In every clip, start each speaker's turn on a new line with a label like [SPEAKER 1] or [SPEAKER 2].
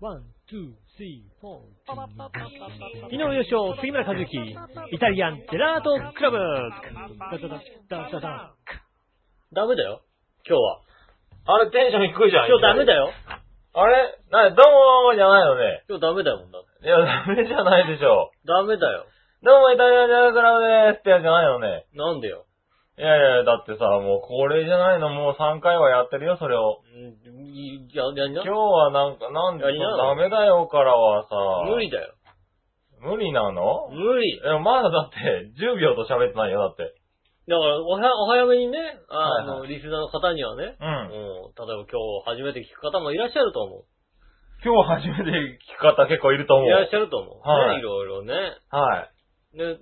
[SPEAKER 1] ワン、ツー、スリー、フォー。井上優勝、杉村和之、イタリアンジェラートクラブ。ダダダダダダ
[SPEAKER 2] ダメだよ。今日は。
[SPEAKER 3] あれテンション低いじゃん。
[SPEAKER 2] 今日ダメだよ。
[SPEAKER 3] あれなに、どうもーじゃないのね。
[SPEAKER 2] 今日ダメだよ、もんだって。
[SPEAKER 3] いや、ダメじゃないでしょ
[SPEAKER 2] ダメだよ。
[SPEAKER 3] う。どうも、イタリアンジャルクラブでーすってやつじゃないのね。
[SPEAKER 2] なんでよ。
[SPEAKER 3] いやいや、だってさ、もうこれじゃないの、もう3回はやってるよ、それを。
[SPEAKER 2] うんいや、やりな
[SPEAKER 3] 今日。はなんか、なんで、
[SPEAKER 2] やりな
[SPEAKER 3] ダメだよからはさ、
[SPEAKER 2] 無理だよ。
[SPEAKER 3] 無理なの
[SPEAKER 2] 無理。
[SPEAKER 3] え、まだだって、10秒と喋ってないよ、だって。
[SPEAKER 2] だから、おは、お早めにね、ああ
[SPEAKER 3] はい
[SPEAKER 2] の、リスナーの方にはね、う
[SPEAKER 3] う。
[SPEAKER 2] んん、例えば今日初めて聞く方もいらっしゃると思
[SPEAKER 3] 今日初めて聞く方結構いると
[SPEAKER 2] う。
[SPEAKER 3] 思
[SPEAKER 2] いらっ
[SPEAKER 3] う
[SPEAKER 2] し。ゃると思う。
[SPEAKER 3] はい
[SPEAKER 2] ね、いろいろね。
[SPEAKER 3] はい。
[SPEAKER 2] ね、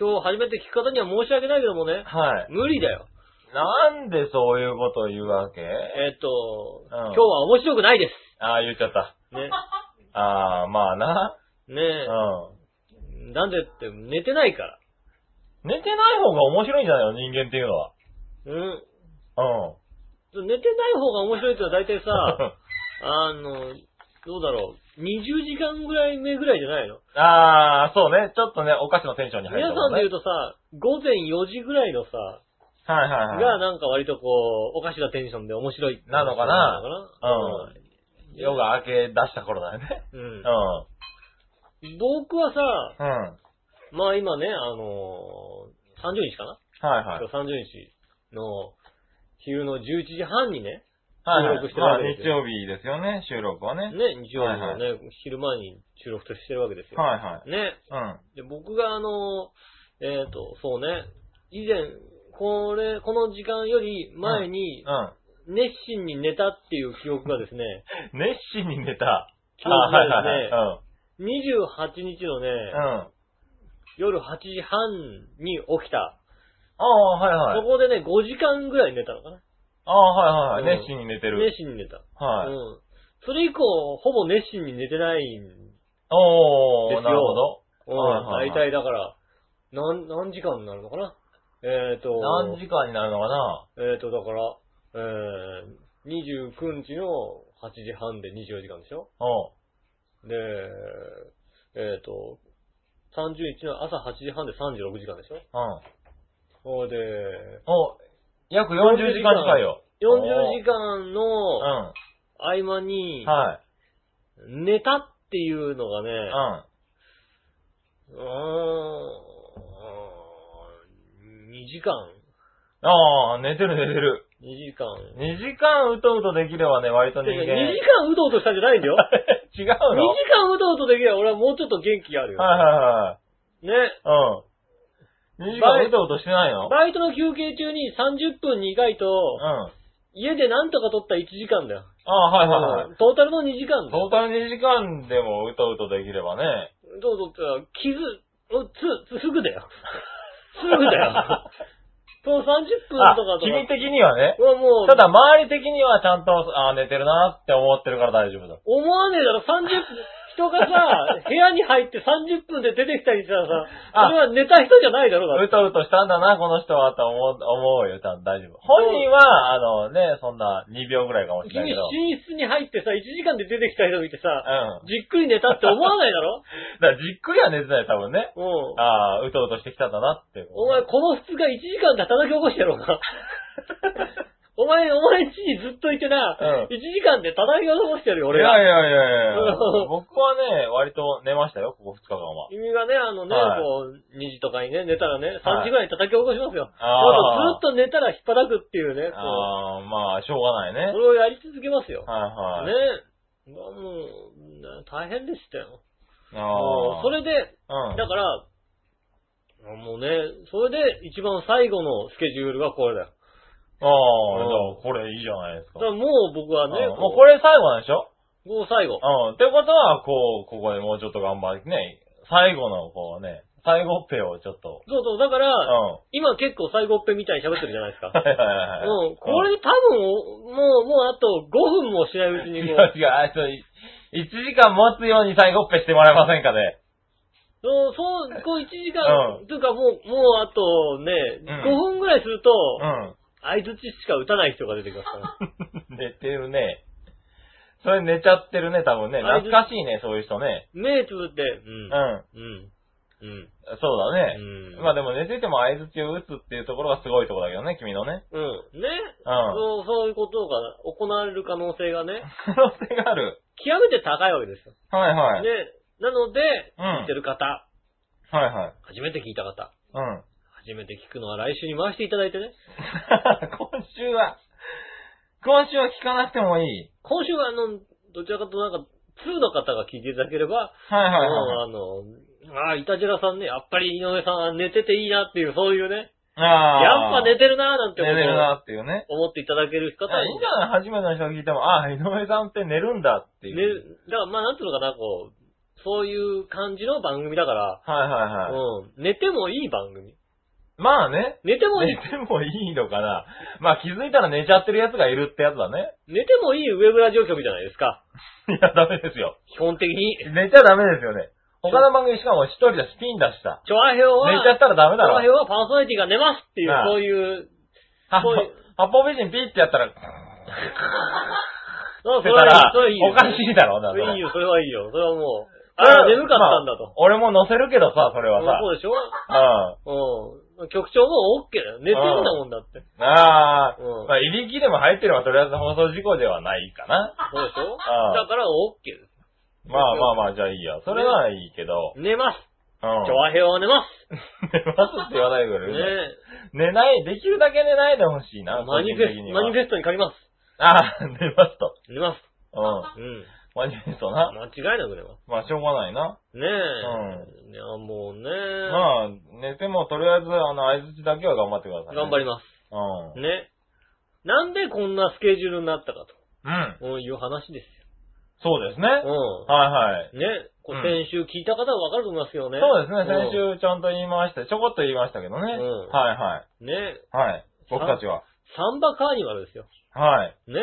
[SPEAKER 2] 今日初めて聞く方には申し訳ないけどもね、
[SPEAKER 3] はい。
[SPEAKER 2] 無理だよ。
[SPEAKER 3] なんでそういうことを言うわけ
[SPEAKER 2] えっと、
[SPEAKER 3] ん
[SPEAKER 2] 今日は面白くないで
[SPEAKER 3] ああ、言っちゃった。
[SPEAKER 2] す。ね。
[SPEAKER 3] ああ、まあな。
[SPEAKER 2] ね
[SPEAKER 3] う
[SPEAKER 2] なんでって、寝てないから。
[SPEAKER 3] ん。寝てない方が面白いんじゃないの人間っていうのは。
[SPEAKER 2] うん。
[SPEAKER 3] うん。
[SPEAKER 2] 寝てない方が面白いってのは大体 さ、あの、どうだろう。20時間ぐらい目ぐらいじゃないの
[SPEAKER 3] ああ、そうね。ちょっとね、お菓子のテンションに入った
[SPEAKER 2] 皆さ
[SPEAKER 3] も
[SPEAKER 2] んで言
[SPEAKER 3] ね
[SPEAKER 2] う。とさ、午前4時ぐらいのさ、
[SPEAKER 3] はいはい
[SPEAKER 2] が
[SPEAKER 3] は
[SPEAKER 2] なんか割とこう、おかしなテンションで面白い。
[SPEAKER 3] なのかな
[SPEAKER 2] のか
[SPEAKER 3] い。夜が明け出した頃だよね。
[SPEAKER 2] なう
[SPEAKER 3] うんん。。
[SPEAKER 2] 僕はさ、
[SPEAKER 3] うん。は
[SPEAKER 2] まあ今ね、あのー、30日かない
[SPEAKER 3] はい。
[SPEAKER 2] 今日30日の昼の11時半にね、
[SPEAKER 3] はい
[SPEAKER 2] 収録
[SPEAKER 3] はい。
[SPEAKER 2] してるわ
[SPEAKER 3] まあ
[SPEAKER 2] けです
[SPEAKER 3] 日
[SPEAKER 2] よ
[SPEAKER 3] 曜日ですよね、収録はね。はい
[SPEAKER 2] ね、日曜日の
[SPEAKER 3] は
[SPEAKER 2] ね、昼前に収録としてるわけですよ。
[SPEAKER 3] はい。
[SPEAKER 2] ね、で、
[SPEAKER 3] うん。
[SPEAKER 2] 僕があの、えっ、と、そうね、以前、これ、この時間より前に、
[SPEAKER 3] う
[SPEAKER 2] 熱心に寝たっていう記憶がです ね、
[SPEAKER 3] ん。熱心に寝た。
[SPEAKER 2] 記憶が
[SPEAKER 3] はい
[SPEAKER 2] ですね、28日のね、
[SPEAKER 3] うん。うん。
[SPEAKER 2] 夜8時半に起きた。
[SPEAKER 3] ああ、は
[SPEAKER 2] そ
[SPEAKER 3] いはい。
[SPEAKER 2] こでね、5時間ぐらい寝たのかな。
[SPEAKER 3] ああ、はいはい。
[SPEAKER 2] うん
[SPEAKER 3] 熱心に寝てる。
[SPEAKER 2] 熱心に寝た。
[SPEAKER 3] はい。
[SPEAKER 2] うん。それ以降、ほぼ熱心に寝てないん。
[SPEAKER 3] お
[SPEAKER 2] で
[SPEAKER 3] ー、
[SPEAKER 2] すよ
[SPEAKER 3] なるほど。
[SPEAKER 2] うん
[SPEAKER 3] はいはいはい
[SPEAKER 2] 大体だから、何、何時間になるのかなえっ、と、
[SPEAKER 3] 何時間になるのかな
[SPEAKER 2] えっ、と、だから、えー、29日の8時半で24時間でしょ
[SPEAKER 3] おう
[SPEAKER 2] で、えっ、と、30日の朝8時半で36時間でしょ
[SPEAKER 3] うん。
[SPEAKER 2] ほいで、
[SPEAKER 3] お、約40時間近いよ。
[SPEAKER 2] 40時間
[SPEAKER 3] う
[SPEAKER 2] の
[SPEAKER 3] ん。
[SPEAKER 2] 合間に、
[SPEAKER 3] はい。
[SPEAKER 2] 寝たっていうのがね、
[SPEAKER 3] うん。
[SPEAKER 2] うーん、2時間
[SPEAKER 3] ああ、寝てる寝てる。
[SPEAKER 2] ?2 時間。
[SPEAKER 3] 2時間うとうとできればね、割と
[SPEAKER 2] 2
[SPEAKER 3] 人
[SPEAKER 2] 時
[SPEAKER 3] 間。
[SPEAKER 2] 間うとうとしたんじゃないんだよ。
[SPEAKER 3] 違
[SPEAKER 2] 2時
[SPEAKER 3] うの
[SPEAKER 2] 間うとうとできれば俺はもうちょっと元気があるよ。
[SPEAKER 3] はい
[SPEAKER 2] ね。
[SPEAKER 3] はいはい。うん。2時間うとうとしてないの
[SPEAKER 2] バイトの休憩中に30分2回
[SPEAKER 3] う
[SPEAKER 2] と
[SPEAKER 3] ん。、あ
[SPEAKER 2] 家でなんとか取った1時間だよ。
[SPEAKER 3] あ、はいはいはい。
[SPEAKER 2] トータルの2時間だ
[SPEAKER 3] トー
[SPEAKER 2] よ。
[SPEAKER 3] タル2時間でもうとうとできればね。
[SPEAKER 2] どうぞって、傷、うつ、つ、すぐだ よ。すぐだよ。その30分
[SPEAKER 3] あ
[SPEAKER 2] とか、と
[SPEAKER 3] 君
[SPEAKER 2] か。
[SPEAKER 3] 的にはね。
[SPEAKER 2] はもう、
[SPEAKER 3] ただ、周り的にはちゃんと、ああ、寝てるなって思ってるから大丈夫だ。
[SPEAKER 2] 思わねえだろ、30分、人 がさ、部屋に入って30分で出てきたりしたらさ、
[SPEAKER 3] あ
[SPEAKER 2] それは寝た人じゃないだろ、だ
[SPEAKER 3] う
[SPEAKER 2] って。
[SPEAKER 3] とうとしたんだな、この人は、と思う、思うよ、ちゃんと大丈夫。本人は、あのね、そんな2秒ぐらいかもしれな
[SPEAKER 2] 君、
[SPEAKER 3] いけど。うん。
[SPEAKER 2] 寝室に入ってさ、1時間で出てきた人見てさ、
[SPEAKER 3] だ
[SPEAKER 2] じっくり寝たって思わないだ ろ
[SPEAKER 3] からじっくりは寝てない、多分ね。
[SPEAKER 2] うん。
[SPEAKER 3] ああ、うとうとしてきたんだなって。
[SPEAKER 2] お前、この2日1時間で叩き起こしてやろう か。お前、お前んちにずっといてな、
[SPEAKER 3] うん
[SPEAKER 2] 1時間で叩き起こしてやるよ、
[SPEAKER 3] い
[SPEAKER 2] 俺
[SPEAKER 3] や
[SPEAKER 2] が。
[SPEAKER 3] いやい やいや僕はね、割と寝ましたよ、ここ2日間は。
[SPEAKER 2] 君がね、あのね、
[SPEAKER 3] はい
[SPEAKER 2] こう、2時とかにね、寝たらね、
[SPEAKER 3] はい
[SPEAKER 2] 3時ぐらいに叩き起こしますよ。
[SPEAKER 3] あー
[SPEAKER 2] あとずっと寝たら引っ叩くっていうね、こう
[SPEAKER 3] ああ、まあ、しょうがない
[SPEAKER 2] こ
[SPEAKER 3] ね。
[SPEAKER 2] れをやり続けますよ。
[SPEAKER 3] はいはい。
[SPEAKER 2] ねえ。まあもう、ね大変でしたよ。
[SPEAKER 3] あ
[SPEAKER 2] も
[SPEAKER 3] あ。
[SPEAKER 2] うそれで、
[SPEAKER 3] うん。
[SPEAKER 2] だから、もうね、それで一番最後のスケジュールがこれだよ。
[SPEAKER 3] ああ、じゃあこれいいじゃないです
[SPEAKER 2] だ
[SPEAKER 3] か。
[SPEAKER 2] からもう僕はね、
[SPEAKER 3] うんもうこれ最後なんでしょ
[SPEAKER 2] れ、もう最後。
[SPEAKER 3] うん。ってことは、こう、ここでもうちょっと頑張ってね、最後の、こうね、最後っぺをちょっと。
[SPEAKER 2] そうそう、だか
[SPEAKER 3] うん。
[SPEAKER 2] ら、
[SPEAKER 3] は
[SPEAKER 2] 今結構最後っぺみたいに喋ってるじゃないです
[SPEAKER 3] い
[SPEAKER 2] か。
[SPEAKER 3] はいはいはい。
[SPEAKER 2] うん、これで多分お、もう、もうあと5分もしないうち
[SPEAKER 3] うん
[SPEAKER 2] に
[SPEAKER 3] 違
[SPEAKER 2] も
[SPEAKER 3] う
[SPEAKER 2] う、
[SPEAKER 3] 違う、あいつ、1時間持つように最後っぺしてもらえませんかね。
[SPEAKER 2] そう、そう、こう1時間、
[SPEAKER 3] う
[SPEAKER 2] というかもう、もうあとね、
[SPEAKER 3] ん
[SPEAKER 2] 5分ぐらいすると、
[SPEAKER 3] うん。
[SPEAKER 2] 相槌しか打たない人が出てきますから。
[SPEAKER 3] 寝てるね。それ寝ちゃってるね、多分ね。
[SPEAKER 2] あれ
[SPEAKER 3] 懐かしいね、そういう人ね。
[SPEAKER 2] 目つぶって、う。
[SPEAKER 3] うんん。
[SPEAKER 2] うん。うん。
[SPEAKER 3] そうだね。
[SPEAKER 2] うん。
[SPEAKER 3] まあでも寝てても合図中打つっていうところがすごいところだけどね、君のね。
[SPEAKER 2] うん。ね、
[SPEAKER 3] うん。
[SPEAKER 2] そう、そういうことが行われる可能性がね、
[SPEAKER 3] 可能性がある。
[SPEAKER 2] 極めて高いわけですよ。
[SPEAKER 3] はいはい。
[SPEAKER 2] ね。なので、
[SPEAKER 3] うん
[SPEAKER 2] 聞いてる方、
[SPEAKER 3] はいはい。
[SPEAKER 2] 初めて聞いた方、
[SPEAKER 3] うん。
[SPEAKER 2] 初めて聞くのは来週に回していただいてね。
[SPEAKER 3] 今週は、今週は聞かなくてもいい。
[SPEAKER 2] 今週は、あの、どちらかとなんか、2の方が聞いていただければ、
[SPEAKER 3] はいはいはい。
[SPEAKER 2] もうあの、ああ、いたじらさんね、やっぱり井上さん寝てていいなっていう、そういうね、やっ
[SPEAKER 3] あ
[SPEAKER 2] ぱ
[SPEAKER 3] あ。
[SPEAKER 2] 寝てるなーなんて
[SPEAKER 3] 寝
[SPEAKER 2] こ
[SPEAKER 3] て
[SPEAKER 2] と
[SPEAKER 3] るな
[SPEAKER 2] を
[SPEAKER 3] っていうね。
[SPEAKER 2] 思っていただける方
[SPEAKER 3] あいいんじゃない初めての人が聞いても、ああ、井上さんって寝るんだって
[SPEAKER 2] ね
[SPEAKER 3] いう。、
[SPEAKER 2] だからまあなんていうのかな、こう、そういう感じの番組だから、
[SPEAKER 3] はいはいはい。
[SPEAKER 2] うん、寝てもいい番組。
[SPEAKER 3] まあね。
[SPEAKER 2] 寝てもいい
[SPEAKER 3] 寝、てもいいのかな。まあ気づいたら寝ちゃってるやつがいるってやつ だね。
[SPEAKER 2] 寝てもいいウェブラジオ局じゃないですか。
[SPEAKER 3] いや、ダメですよ。
[SPEAKER 2] 基本的に。
[SPEAKER 3] 寝ちゃダメですよね。他の番組しかも一人だし、ピンだしさ。
[SPEAKER 2] 調和表は、
[SPEAKER 3] 寝ちゃったらダメだ
[SPEAKER 2] 調和表
[SPEAKER 3] ろ。
[SPEAKER 2] はパーソナリティが寝ますっていう、
[SPEAKER 3] なあ
[SPEAKER 2] そういう、
[SPEAKER 3] 八
[SPEAKER 2] そう
[SPEAKER 3] 方
[SPEAKER 2] いう
[SPEAKER 3] 八方美人ピーってやったら、って
[SPEAKER 2] そ
[SPEAKER 3] た
[SPEAKER 2] れは
[SPEAKER 3] ら
[SPEAKER 2] それはいい、
[SPEAKER 3] おかしいだろ、だ
[SPEAKER 2] そ
[SPEAKER 3] っ
[SPEAKER 2] れはいい
[SPEAKER 3] て。
[SPEAKER 2] よ、それはいいよ。それはもう、ああ、眠かったんだ
[SPEAKER 3] まあ
[SPEAKER 2] と。
[SPEAKER 3] 俺も乗せるけどさ、それはさ。
[SPEAKER 2] うんそうでしょ
[SPEAKER 3] うん。
[SPEAKER 2] うん。局長も OK だよ。寝てるんだもんだって。
[SPEAKER 3] ああ、
[SPEAKER 2] うん
[SPEAKER 3] まあ、入りきでも入ってればとりあえず放送事故ではないかな。
[SPEAKER 2] そうでしょ
[SPEAKER 3] あ
[SPEAKER 2] だから OK です。
[SPEAKER 3] まあまあまあ、じゃあいいや。それはいいけど。
[SPEAKER 2] 寝ます。
[SPEAKER 3] うん。
[SPEAKER 2] 調和表は寝ます。
[SPEAKER 3] 寝ますって言わないか
[SPEAKER 2] ね
[SPEAKER 3] らね。寝ない、できるだけ寝ないでほしいな、
[SPEAKER 2] マニフ
[SPEAKER 3] 個人
[SPEAKER 2] ェ
[SPEAKER 3] 的に
[SPEAKER 2] ス
[SPEAKER 3] は
[SPEAKER 2] マニフェストに書きます。
[SPEAKER 3] ああ、寝ますと。
[SPEAKER 2] 寝ます。
[SPEAKER 3] うん。
[SPEAKER 2] うん。
[SPEAKER 3] マニフェストな。
[SPEAKER 2] 間違いなく寝ます。
[SPEAKER 3] まあ、しょうがないな。
[SPEAKER 2] ねえ。いや、もうね
[SPEAKER 3] まあ、寝てもとりあえず、あの、相槌だけは頑張ってください、
[SPEAKER 2] 頑張り
[SPEAKER 3] ま。
[SPEAKER 2] ます
[SPEAKER 3] うん
[SPEAKER 2] す。。ね。なんでこんなスケジュールになったか
[SPEAKER 3] うん。
[SPEAKER 2] という話です
[SPEAKER 3] そうですね。
[SPEAKER 2] よ。
[SPEAKER 3] はいはい。
[SPEAKER 2] うん。ね。これ先週聞いた方はわかると思いますけどね。
[SPEAKER 3] そうですね。先
[SPEAKER 2] ん。
[SPEAKER 3] 週ちゃんと言いました。ちょこっと言いましたけどね。はい
[SPEAKER 2] うん
[SPEAKER 3] は
[SPEAKER 2] ね。
[SPEAKER 3] い。はい。僕たちは。
[SPEAKER 2] サンバカーニバルですよ。
[SPEAKER 3] はい。
[SPEAKER 2] ね。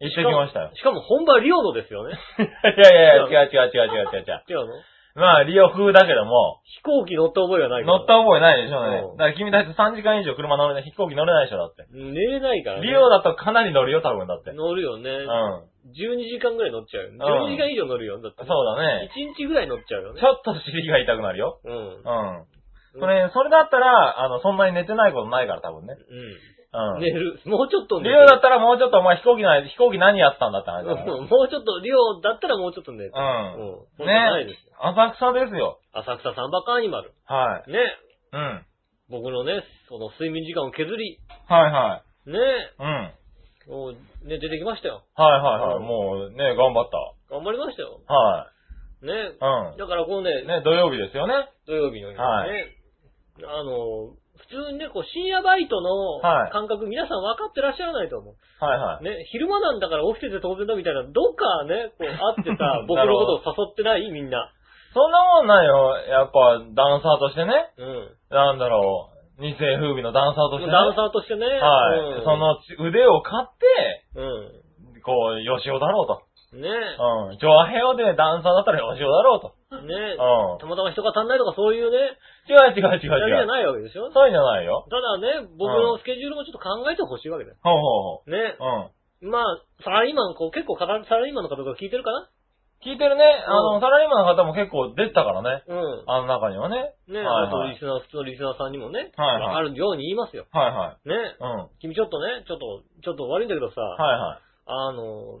[SPEAKER 3] 行ってきました よ。
[SPEAKER 2] しかも本場リオのですよね。
[SPEAKER 3] いやいやいや、違う違う違う違う違う違う。
[SPEAKER 2] 違うの
[SPEAKER 3] まあ、リオ風だけども、
[SPEAKER 2] 飛行機乗った覚えがないから。
[SPEAKER 3] 乗った覚えないでしょうね
[SPEAKER 2] うん。
[SPEAKER 3] だから君たち3時間以上車乗れない、飛行機乗れないでしょ、だって。
[SPEAKER 2] 寝れないからね。
[SPEAKER 3] リオだとかなり乗るよ、多分だって。うん。
[SPEAKER 2] 乗るよね。
[SPEAKER 3] そ
[SPEAKER 2] 12時間ぐらい乗っちゃうよ。
[SPEAKER 3] うん
[SPEAKER 2] 12時間以上乗るよ。だって。
[SPEAKER 3] うだね。
[SPEAKER 2] 1日ぐらい乗っちゃうよね
[SPEAKER 3] ち。ょっと尻が痛くなるよ。
[SPEAKER 2] うん。うん
[SPEAKER 3] う。ん。それ、それだったら、あの、そんなに寝てないことないから、多分ね。うん。
[SPEAKER 2] 寝る。もうちょっと
[SPEAKER 3] リ
[SPEAKER 2] 寝る。
[SPEAKER 3] オだったらもうちょっとお前飛行機ない、飛行機何やってたんだって話だ
[SPEAKER 2] うんもうちょっと、リオだったらもうちょっと寝る。
[SPEAKER 3] から。うん。
[SPEAKER 2] うん。ないですよ。
[SPEAKER 3] 浅草ですよ。
[SPEAKER 2] 浅草サンバカーニバル。
[SPEAKER 3] はい。
[SPEAKER 2] ね。
[SPEAKER 3] うん。はい
[SPEAKER 2] 僕のね、その睡眠時間を削り、
[SPEAKER 3] はい。
[SPEAKER 2] ね。
[SPEAKER 3] うん。はい
[SPEAKER 2] もう、ね、出てきましたよ。
[SPEAKER 3] はいは
[SPEAKER 2] う
[SPEAKER 3] い。
[SPEAKER 2] ん
[SPEAKER 3] もうね、頑張っ
[SPEAKER 2] 頑張りましたよ。
[SPEAKER 3] た。は
[SPEAKER 2] ね。
[SPEAKER 3] い。
[SPEAKER 2] だからこの
[SPEAKER 3] うん。
[SPEAKER 2] ね、
[SPEAKER 3] ね、土曜日ですよね。
[SPEAKER 2] 土曜日の日ね、
[SPEAKER 3] はい
[SPEAKER 2] あの、普通にね、こう、深夜バイトの
[SPEAKER 3] はい
[SPEAKER 2] 感覚、皆さん分かってらっしゃらないと思う。
[SPEAKER 3] はいはい。、
[SPEAKER 2] ね、昼間なんだから起きてて当然だみたいな、どっかね、こう、あってさ 僕のことを誘ってないみんな。
[SPEAKER 3] そんなもんないよ。やっぱ、ダンサーとしてね。
[SPEAKER 2] うん。
[SPEAKER 3] なんだろう。二世風靡のダンサーとしてね。
[SPEAKER 2] ダンサーとしてね。
[SPEAKER 3] はい。
[SPEAKER 2] うん、
[SPEAKER 3] そ、の腕を買って、
[SPEAKER 2] う
[SPEAKER 3] こう、吉尾だろうと。
[SPEAKER 2] ん。ね
[SPEAKER 3] うん。ジョアヘオでダンサーだったら吉尾だろうと。
[SPEAKER 2] ね
[SPEAKER 3] うん
[SPEAKER 2] たまたま人が足んないとかそういうね、
[SPEAKER 3] 違う違う違
[SPEAKER 2] やりじ
[SPEAKER 3] う違
[SPEAKER 2] ゃ
[SPEAKER 3] う。
[SPEAKER 2] ないわけでしょ
[SPEAKER 3] そういうんじゃないよ。
[SPEAKER 2] ただね、僕のスケジュールもちょっと考えてほしいわけだよ。
[SPEAKER 3] ほうほう
[SPEAKER 2] ね。
[SPEAKER 3] ほう。うん。
[SPEAKER 2] まあ、サラリーマン、こう、結構サラサラリーマンの方が聞いてるかな
[SPEAKER 3] 聞いてるね。あ
[SPEAKER 2] う
[SPEAKER 3] の、
[SPEAKER 2] ん
[SPEAKER 3] サラリーマンの方も結構出てたからね。
[SPEAKER 2] うん。
[SPEAKER 3] あの中にはね。
[SPEAKER 2] ね、
[SPEAKER 3] はい
[SPEAKER 2] あと
[SPEAKER 3] はい
[SPEAKER 2] リスナー、普通のリスナーさんにもね、
[SPEAKER 3] はいはい
[SPEAKER 2] わかるように言いますよ。
[SPEAKER 3] はいはい。
[SPEAKER 2] ね、
[SPEAKER 3] うん。は
[SPEAKER 2] 君ちょっとね、ちょっと、ちょっと悪いんだけどさ、
[SPEAKER 3] いはい。
[SPEAKER 2] あの、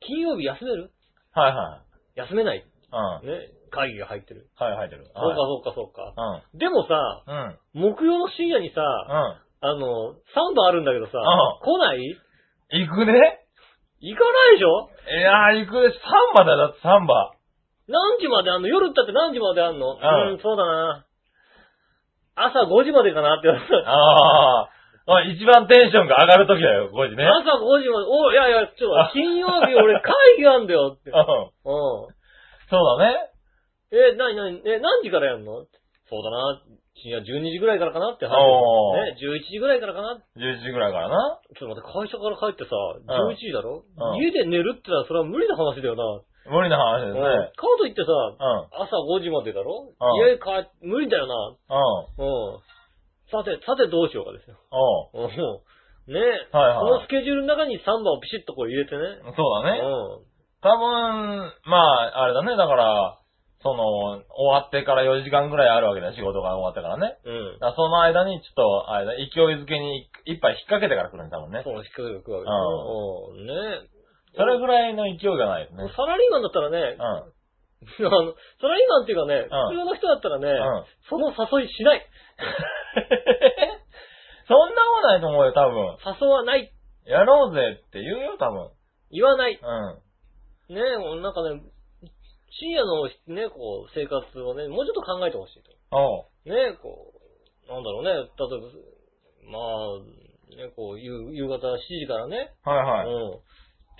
[SPEAKER 2] 金曜日休める
[SPEAKER 3] はいは
[SPEAKER 2] 休めない。
[SPEAKER 3] い。うん。は
[SPEAKER 2] ね、会議が入ってる。
[SPEAKER 3] い、入ってる。
[SPEAKER 2] そうか
[SPEAKER 3] はい
[SPEAKER 2] そうかそうか。
[SPEAKER 3] うん。
[SPEAKER 2] でもさ、
[SPEAKER 3] うん。うん。
[SPEAKER 2] 木曜の深夜にさ、あの、サンバあるんだけどさ、
[SPEAKER 3] う
[SPEAKER 2] 来ない
[SPEAKER 3] 行くね
[SPEAKER 2] 行かないでしょ
[SPEAKER 3] いやー、行くね。サンバだよ、だってサンバ。
[SPEAKER 2] 何時まであんの夜だって何時まであんのうんん、そうだな。朝5時までかなって言われた。
[SPEAKER 3] あーあ、一番テンションが上がる時だよ、5時ね。
[SPEAKER 2] 朝5時まで、おいやいや、ちょっと、金曜日俺会議あんだよって。う
[SPEAKER 3] う
[SPEAKER 2] ん。
[SPEAKER 3] ん。そうだね。
[SPEAKER 2] え、なになに、え、何時からやんのそうだな、深夜12時ぐらいからかなって話
[SPEAKER 3] おー
[SPEAKER 2] ね、11時ぐらいからかな
[SPEAKER 3] 11時ぐらいからな。
[SPEAKER 2] ちょっと待って、会社から帰ってさ、
[SPEAKER 3] ん
[SPEAKER 2] 11時だろ、
[SPEAKER 3] うん
[SPEAKER 2] 家で寝るってのはそれは無理な話だよな。
[SPEAKER 3] 無理な話
[SPEAKER 2] う
[SPEAKER 3] で
[SPEAKER 2] ん
[SPEAKER 3] すね。
[SPEAKER 2] かといってさ、
[SPEAKER 3] うん。うん。
[SPEAKER 2] 朝5時までだろ、
[SPEAKER 3] うん
[SPEAKER 2] 家帰、無理だよな。うん。さて、さてどうしようかですよ。
[SPEAKER 3] おう
[SPEAKER 2] うん。ね
[SPEAKER 3] はい
[SPEAKER 2] そ
[SPEAKER 3] は
[SPEAKER 2] の
[SPEAKER 3] い
[SPEAKER 2] スケジュールの中にサンバをピシッとこう入れてね。
[SPEAKER 3] そうだね。
[SPEAKER 2] うん。
[SPEAKER 3] 多分、まあ、あれだね、だから、その、終わってから4時間ぐらいあるわけだよ、仕事が終わってからね。
[SPEAKER 2] うん。
[SPEAKER 3] だからその間に、ちょっと、あれだ、勢いづけに一杯引っ掛けてから来るんだもんね
[SPEAKER 2] そ。の引っ掛けが来るわけね。うん。ね
[SPEAKER 3] それぐらいの勢いがないよね。
[SPEAKER 2] サラリーマンだったらね、
[SPEAKER 3] うん。
[SPEAKER 2] あの、サラリーマンっていうかね、
[SPEAKER 3] う
[SPEAKER 2] 普
[SPEAKER 3] ん
[SPEAKER 2] 通の人だったらね、
[SPEAKER 3] うん
[SPEAKER 2] その誘いしない。
[SPEAKER 3] そんなもんないと思うよ、多分。
[SPEAKER 2] 誘わない。
[SPEAKER 3] やろうぜって言うよ、多分。
[SPEAKER 2] 言わない。
[SPEAKER 3] うん。
[SPEAKER 2] ねもうなんかね、深夜のね、こう、生活をね、もうちょっと考えてほしいと。
[SPEAKER 3] おう。
[SPEAKER 2] ねこう、なんだろうね、例えば、まあ、ね、こう、夕夕方7時からね、
[SPEAKER 3] はいはい。
[SPEAKER 2] うん。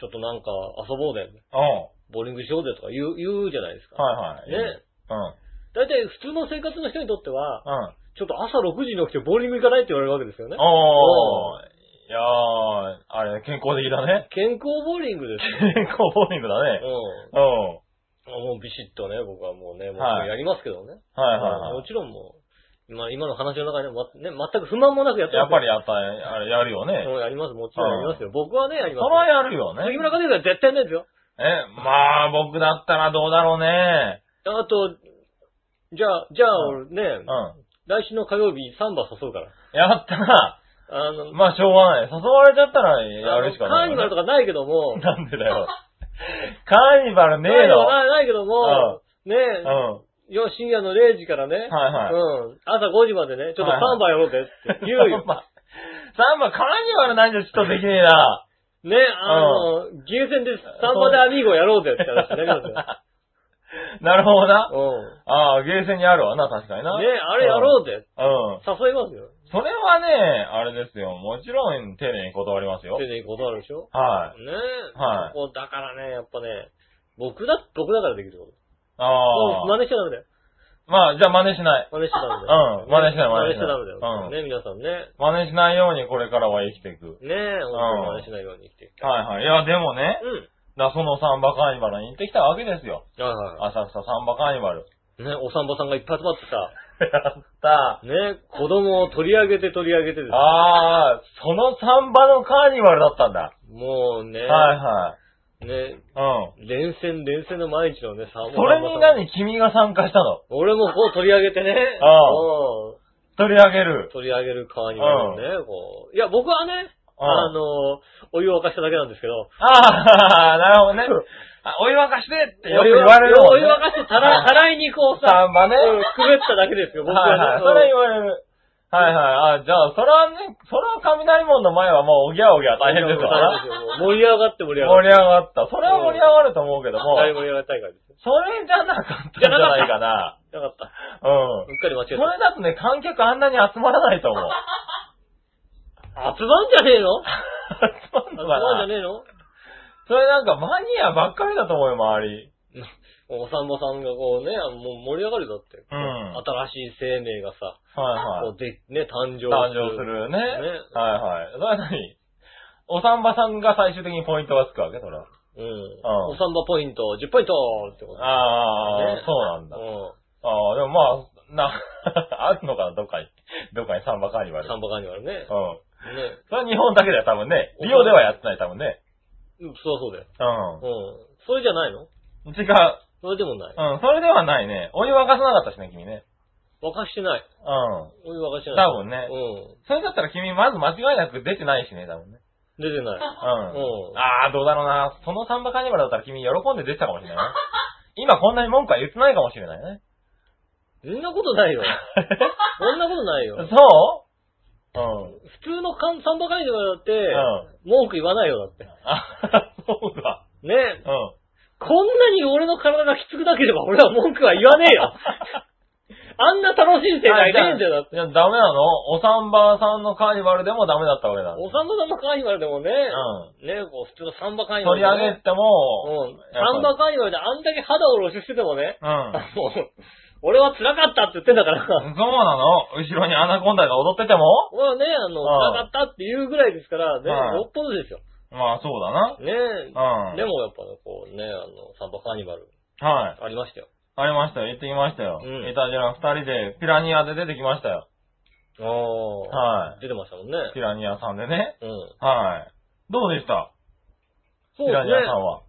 [SPEAKER 2] ちょっとなんか遊ぼうぜ、
[SPEAKER 3] おう。
[SPEAKER 2] ボーリングしようぜとか言う、言うじゃないですか。
[SPEAKER 3] はいはい。
[SPEAKER 2] ね。
[SPEAKER 3] うん。
[SPEAKER 2] 大体普通の生活の人にとっては、
[SPEAKER 3] うん。
[SPEAKER 2] ちょっと朝6時に起きてボーリング行かないって言われるわけですよね。
[SPEAKER 3] おー。いやー、あれ、健康的だね。
[SPEAKER 2] 健康ボーリングですよ。
[SPEAKER 3] 健康ボーリングだね。
[SPEAKER 2] う
[SPEAKER 3] うん。
[SPEAKER 2] ん。もうビシッとね、僕はもうね、もう
[SPEAKER 3] はい
[SPEAKER 2] やりますけどね。
[SPEAKER 3] はいはいは
[SPEAKER 2] もちろんもう、今今の話の中でも、ね、全く不満もなくやっ
[SPEAKER 3] い。
[SPEAKER 2] てま
[SPEAKER 3] や
[SPEAKER 2] すよ
[SPEAKER 3] っぱりやっぱ、あれ、やるよね。
[SPEAKER 2] うんやります、もちろんやりますよ。僕はね、やり
[SPEAKER 3] それ
[SPEAKER 2] ます
[SPEAKER 3] は
[SPEAKER 2] よ。
[SPEAKER 3] やるよ
[SPEAKER 2] 杉
[SPEAKER 3] ね。
[SPEAKER 2] 村和樹は絶対ないですよ。
[SPEAKER 3] え、まあ、僕だったらどうだろうね。
[SPEAKER 2] あと、じゃあ、じゃあ、
[SPEAKER 3] う
[SPEAKER 2] 俺ね
[SPEAKER 3] う、ん。
[SPEAKER 2] 来週の火曜日サンバ誘うから。
[SPEAKER 3] やったら、
[SPEAKER 2] あの、
[SPEAKER 3] まあ、しょうがない。誘われちゃったらやるしかな
[SPEAKER 2] あのカー
[SPEAKER 3] い
[SPEAKER 2] ニ
[SPEAKER 3] よ
[SPEAKER 2] バル
[SPEAKER 3] ね、
[SPEAKER 2] とかないけども、
[SPEAKER 3] なんでだよ。カーニバルねえの。
[SPEAKER 2] ないないけども、ね
[SPEAKER 3] うん。は
[SPEAKER 2] よ、深夜の0時からね、
[SPEAKER 3] いはい。
[SPEAKER 2] うん、朝5時までね、ちょっとサンバやろうぜって言う よ。
[SPEAKER 3] まあサンバ、カーニバルないじゃちょっとできねえな。
[SPEAKER 2] ね、あの、ゲーセンでサンバでアミーゴやろうぜって話になりますよ。
[SPEAKER 3] なるほどな。
[SPEAKER 2] うん。
[SPEAKER 3] ああ、ゲーセンにあるわな、確かにな。
[SPEAKER 2] ね、あれやろうぜ。
[SPEAKER 3] うん。うん。
[SPEAKER 2] 誘いますよ。
[SPEAKER 3] それはね、あれですよ。もちろん、丁寧に断りますよ。
[SPEAKER 2] 手で断るでしょ
[SPEAKER 3] はい。
[SPEAKER 2] ね
[SPEAKER 3] はい
[SPEAKER 2] ここだからね、やっぱね、僕だ、僕だからできること。
[SPEAKER 3] ああ。
[SPEAKER 2] 真似しちゃダメだよ。
[SPEAKER 3] まあ、じゃあ真似しない。
[SPEAKER 2] 真似しちゃダメだよ。
[SPEAKER 3] うん真似しない
[SPEAKER 2] 真似
[SPEAKER 3] 真似
[SPEAKER 2] し
[SPEAKER 3] し
[SPEAKER 2] ちゃ
[SPEAKER 3] ない
[SPEAKER 2] ダメだよ。ね、皆さんね。
[SPEAKER 3] 真似しないようにこれからは生きていく。
[SPEAKER 2] ねえ、本当に真似しないように生きていきたい。
[SPEAKER 3] はいはい。いや、でもね、
[SPEAKER 2] う
[SPEAKER 3] だそのサンバカーニバルに行ってきたわけですよ。
[SPEAKER 2] ん。はいは
[SPEAKER 3] 浅草サンバカーニバル。
[SPEAKER 2] い。ね、おさんばさんがいっぱい集まってさ、
[SPEAKER 3] やった。
[SPEAKER 2] ね、子供を取り上げて取り上げてですよ
[SPEAKER 3] ああ、そのサンバのカーニバルだったんだ。
[SPEAKER 2] もうね、
[SPEAKER 3] はいは
[SPEAKER 2] ね、
[SPEAKER 3] い。うん。
[SPEAKER 2] 連戦連戦の毎日のね、さ、
[SPEAKER 3] それに何君が参加したの
[SPEAKER 2] 俺もこう取り上げてね、
[SPEAKER 3] ああ
[SPEAKER 2] こ
[SPEAKER 3] 取り上げる
[SPEAKER 2] う。取り上げる側になるね、こう。いや、僕はね、
[SPEAKER 3] うん
[SPEAKER 2] あの、お湯を沸かしただけなんですけど、
[SPEAKER 3] ああ、なるほどね。あお湯沸かしてってよく言われるも
[SPEAKER 2] お
[SPEAKER 3] ん
[SPEAKER 2] 湯
[SPEAKER 3] ね。
[SPEAKER 2] 沸かして、たら、たらいにこうさ、
[SPEAKER 3] サンバね。
[SPEAKER 2] うんくぐっただけですよ、僕
[SPEAKER 3] はいは
[SPEAKER 2] はね
[SPEAKER 3] い。
[SPEAKER 2] そ
[SPEAKER 3] それ言
[SPEAKER 2] う。
[SPEAKER 3] われる。はいはい。あ、じゃあ、それはね、それは雷門の前はもう、おぎゃおぎゃ大変ですから
[SPEAKER 2] 大変ですよもう盛り上がって盛り上が
[SPEAKER 3] 盛
[SPEAKER 2] って。
[SPEAKER 3] り上がった。それは盛り上がると思うけども、
[SPEAKER 2] 大盛り上がり大会ですよ。
[SPEAKER 3] それじゃなかったんじゃないかな。
[SPEAKER 2] なかった。
[SPEAKER 3] うん。
[SPEAKER 2] うっかり間違
[SPEAKER 3] そ
[SPEAKER 2] え
[SPEAKER 3] れ
[SPEAKER 2] た。
[SPEAKER 3] だとね、観客あんなに集まらないと思う。
[SPEAKER 2] 集まんじゃねえの
[SPEAKER 3] 集 まん
[SPEAKER 2] 集
[SPEAKER 3] の
[SPEAKER 2] まん
[SPEAKER 3] か
[SPEAKER 2] じ
[SPEAKER 3] な
[SPEAKER 2] ゃねえの
[SPEAKER 3] それなんかマニアばっかりだと思うよ、周り。
[SPEAKER 2] おさんぼさんがこうね、あのもう盛り上がるぞって。
[SPEAKER 3] うん
[SPEAKER 2] 新しい生命がさ、
[SPEAKER 3] はいは
[SPEAKER 2] こうで、ね、誕生
[SPEAKER 3] い。誕生す。るね。はい
[SPEAKER 2] ね
[SPEAKER 3] はい。それは何おさんばさんが最終的にポイントがつくわけそれは。
[SPEAKER 2] うん。
[SPEAKER 3] うん
[SPEAKER 2] おさんばポイント、10ポイントってこと。
[SPEAKER 3] あ
[SPEAKER 2] ね
[SPEAKER 3] あ、そうなんだ。
[SPEAKER 2] う
[SPEAKER 3] ああ、でもまあ、な、 あるのかな、どっかに。どっかにサンバカーニバ
[SPEAKER 2] ん。
[SPEAKER 3] ル。
[SPEAKER 2] サ
[SPEAKER 3] うん。
[SPEAKER 2] ンバカーニバルね。ね。
[SPEAKER 3] それは日本だけだよ、多分ね。リオではやってない、多分ね。
[SPEAKER 2] うんそうそうだよ。
[SPEAKER 3] う
[SPEAKER 2] うん。それじゃないの
[SPEAKER 3] ん。違う。
[SPEAKER 2] それでもない。
[SPEAKER 3] うん、それではないね。お湯沸かさなかったしね、君ね。
[SPEAKER 2] 沸かしてない。
[SPEAKER 3] うん。
[SPEAKER 2] お湯沸かしてない。
[SPEAKER 3] 多分ね。
[SPEAKER 2] う
[SPEAKER 3] それだったら君、まず間違いなく出てないしね、多分ね。
[SPEAKER 2] ん。出てない。
[SPEAKER 3] うん。
[SPEAKER 2] うん
[SPEAKER 3] あー、どうだろうな。そのサンバカーニバルだったら君喜んで出てたかもしれないね。今こんなに文句は言ってないかもしれないね。
[SPEAKER 2] そんなこと ないよ。そんなことないよ。
[SPEAKER 3] そううん。
[SPEAKER 2] 普通のカンサンバカーニバルだって、
[SPEAKER 3] う
[SPEAKER 2] 文句言わないよ、だって。
[SPEAKER 3] あ、そうだ。
[SPEAKER 2] ねえ、
[SPEAKER 3] うん。
[SPEAKER 2] こんなに俺の体がきつくなければ俺は文句は言わねえ よ。あんな楽しい世界ねえんだよ、だって。
[SPEAKER 3] いや、ダメなのおサンバさんのカーニバルでもダメだったわけだ。
[SPEAKER 2] おさんばさんのカーニバルでもね、ねえ、こう、普通のサンバカーニバ
[SPEAKER 3] 取
[SPEAKER 2] ル
[SPEAKER 3] り
[SPEAKER 2] で、ね。
[SPEAKER 3] 上げても、
[SPEAKER 2] うん。サンバカーニバルであんだけ肌を露出しててもね、
[SPEAKER 3] うん。
[SPEAKER 2] もう、 俺は辛かったって言ってんだから。
[SPEAKER 3] そうなの後ろにアナコンダが踊ってても
[SPEAKER 2] まあね、あの、
[SPEAKER 3] うん
[SPEAKER 2] 辛かったっていうぐらいですから、ね、
[SPEAKER 3] うん
[SPEAKER 2] よっぽどですよ。
[SPEAKER 3] まあ、そうだな。
[SPEAKER 2] ね
[SPEAKER 3] うん。
[SPEAKER 2] でもやっぱね、こうね、あの、サンバカーニバル、
[SPEAKER 3] はい。
[SPEAKER 2] ありましたよ。
[SPEAKER 3] ありましたよ。行ってきましたよ。
[SPEAKER 2] うん
[SPEAKER 3] イタジラ二人でピラニアで出てきましたよ。
[SPEAKER 2] ああ。。
[SPEAKER 3] はい
[SPEAKER 2] 出てましたもんね。
[SPEAKER 3] ピラニアさんでね。
[SPEAKER 2] うん。
[SPEAKER 3] はい。どうでした
[SPEAKER 2] そう
[SPEAKER 3] ピ
[SPEAKER 2] で
[SPEAKER 3] ラ
[SPEAKER 2] す
[SPEAKER 3] ニア
[SPEAKER 2] ね
[SPEAKER 3] さ。んは。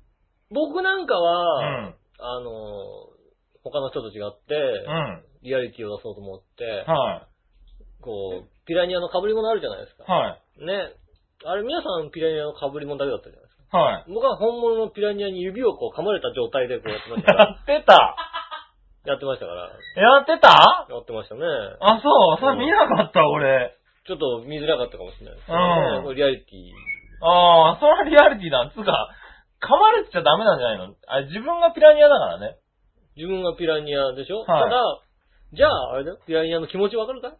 [SPEAKER 2] 僕なんか
[SPEAKER 3] う
[SPEAKER 2] は、
[SPEAKER 3] ん。
[SPEAKER 2] あの、他の人と違って、
[SPEAKER 3] うん。
[SPEAKER 2] リアリティを出そうと思って、
[SPEAKER 3] は
[SPEAKER 2] こう、ピラニアの被り物あるじゃないです
[SPEAKER 3] い。
[SPEAKER 2] か。
[SPEAKER 3] はい。
[SPEAKER 2] ね。あれ皆さんピラニアの被り物だけだったじゃないですか。
[SPEAKER 3] はい。
[SPEAKER 2] 僕は本物のピラニアに指をこう噛まれた状態でこうやってましたか
[SPEAKER 3] や
[SPEAKER 2] ら。
[SPEAKER 3] ってた
[SPEAKER 2] やってましたから。
[SPEAKER 3] やってた
[SPEAKER 2] やってましたね。
[SPEAKER 3] あ、そう。それ見なかった、俺。
[SPEAKER 2] ちょっと見づらかったかもしれないですね
[SPEAKER 3] うん
[SPEAKER 2] これリアリティ。
[SPEAKER 3] ああ、それはリアリティだ。つうか、噛まれちゃダメなんじゃないのあれ、自分がピラニアだからね。
[SPEAKER 2] 自分がピラニアでしょ、
[SPEAKER 3] はい
[SPEAKER 2] ただ、じゃあ、あれだよ。ピラニアの気持ちわかるかい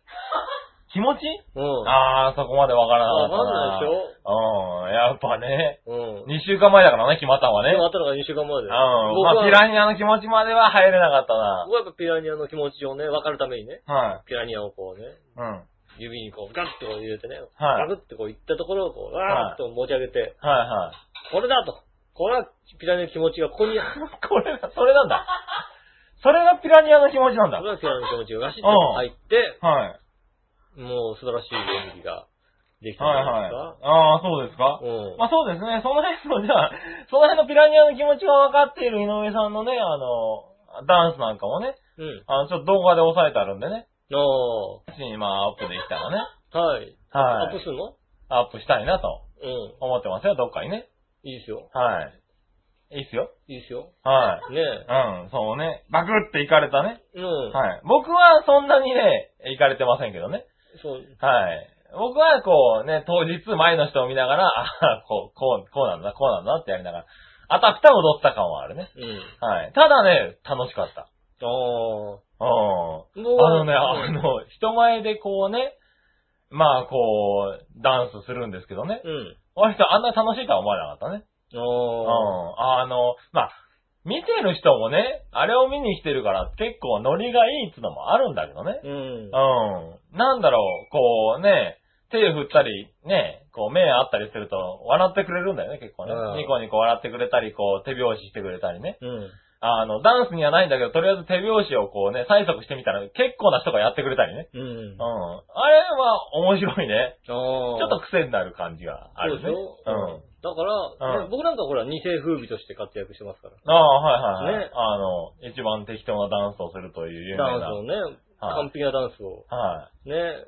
[SPEAKER 3] 気持ち
[SPEAKER 2] うん。
[SPEAKER 3] ああ、そこまでわからなか
[SPEAKER 2] わ
[SPEAKER 3] った
[SPEAKER 2] かんないでしょ
[SPEAKER 3] うん、やっぱね。
[SPEAKER 2] うん。
[SPEAKER 3] 2週間前だからね、決まったのはね。
[SPEAKER 2] で
[SPEAKER 3] うん
[SPEAKER 2] もあったのが2週間前で。。僕
[SPEAKER 3] ま
[SPEAKER 2] は、
[SPEAKER 3] あ、ピラニアの気持ちまでは入れなかったな。
[SPEAKER 2] 僕はやっぱピラニアの気持ちをね、わかるためにね、
[SPEAKER 3] はい。
[SPEAKER 2] ピラニアをこうね、
[SPEAKER 3] うん。はい
[SPEAKER 2] 指にこうガッてこう入れてね、
[SPEAKER 3] は
[SPEAKER 2] ガ
[SPEAKER 3] い
[SPEAKER 2] クッてこういったところをこう、わーっと持ち上げて、
[SPEAKER 3] はい。
[SPEAKER 2] これだと。これはピラニアの気持ちがここに、こ
[SPEAKER 3] これが、それな んだ。それがピラニアの気持ちなんだ。
[SPEAKER 2] れ
[SPEAKER 3] はい。
[SPEAKER 2] はピラニアの気持ちがガシッと入って、
[SPEAKER 3] はい
[SPEAKER 2] もう素晴らしい演技ができたんじゃない
[SPEAKER 3] は
[SPEAKER 2] ですか。
[SPEAKER 3] い。ああ、そうですか。
[SPEAKER 2] うん。
[SPEAKER 3] まあそうですね。その辺の、じゃあ、その辺のピラニアの気持ちが分かっている井上さんのね、あの、ダンスなんかもね、
[SPEAKER 2] うん。
[SPEAKER 3] あの、ちょっと動画で押さえてあるんでね。
[SPEAKER 2] あ
[SPEAKER 3] うちにまあアップできたらね、
[SPEAKER 2] あ、はい。
[SPEAKER 3] はい
[SPEAKER 2] アップするの
[SPEAKER 3] アップしたいなと
[SPEAKER 2] うん。
[SPEAKER 3] 思ってますよ、どっかにね。
[SPEAKER 2] いいですよ。
[SPEAKER 3] はい。いいっすよ。
[SPEAKER 2] いいですよ。
[SPEAKER 3] はい。
[SPEAKER 2] ねえ。
[SPEAKER 3] うん、そうね。バクって行かれたね。
[SPEAKER 2] うん。
[SPEAKER 3] はい。僕はそんなにね、行かれてませんけどね。
[SPEAKER 2] そう。
[SPEAKER 3] はい。僕はこうね、当日前の人を見ながら、ああ、こう、こう、こうなんだ、こうなんだってやりながら、あたふた踊った感はあるね。
[SPEAKER 2] うん。
[SPEAKER 3] はい。ただね、楽しかった。
[SPEAKER 2] ああ。
[SPEAKER 3] うん。あ
[SPEAKER 2] 僕は
[SPEAKER 3] のね、あの、人前でこうね、まあこう、ダンスするんですけどね。
[SPEAKER 2] うん。
[SPEAKER 3] 割とあんなに楽しいとは思わなかったね。うん。
[SPEAKER 2] ああ。
[SPEAKER 3] あの、まあ、見てる人もね、あれを見に来てるから結構ノリがいいってのもあるんだけどね。
[SPEAKER 2] うん。
[SPEAKER 3] うん。なんだろう、こうね、手振ったり、ね、こう目あったりすると笑ってくれるんだよね、結構ね
[SPEAKER 2] うん。
[SPEAKER 3] ニコニコ笑ってくれたり、こう手拍子してくれたりね。
[SPEAKER 2] うん。
[SPEAKER 3] あの、ダンスにはないんだけど、とりあえず手拍子をこうね、催促してみたら結構な人がやってくれたりね。
[SPEAKER 2] うん
[SPEAKER 3] うん。。あれは面白いね。
[SPEAKER 2] ああ。
[SPEAKER 3] ちょっと癖になる感じがあるね。
[SPEAKER 2] そうでしょ
[SPEAKER 3] うん。
[SPEAKER 2] だから、
[SPEAKER 3] うん
[SPEAKER 2] ね僕なんかほら、二世風靡として活躍してますから。
[SPEAKER 3] ああ、はいはいはい。
[SPEAKER 2] ね
[SPEAKER 3] あの、一番適当なダンスをするという有名な。
[SPEAKER 2] ダンスをね、完璧なダンスを、
[SPEAKER 3] は
[SPEAKER 2] ね、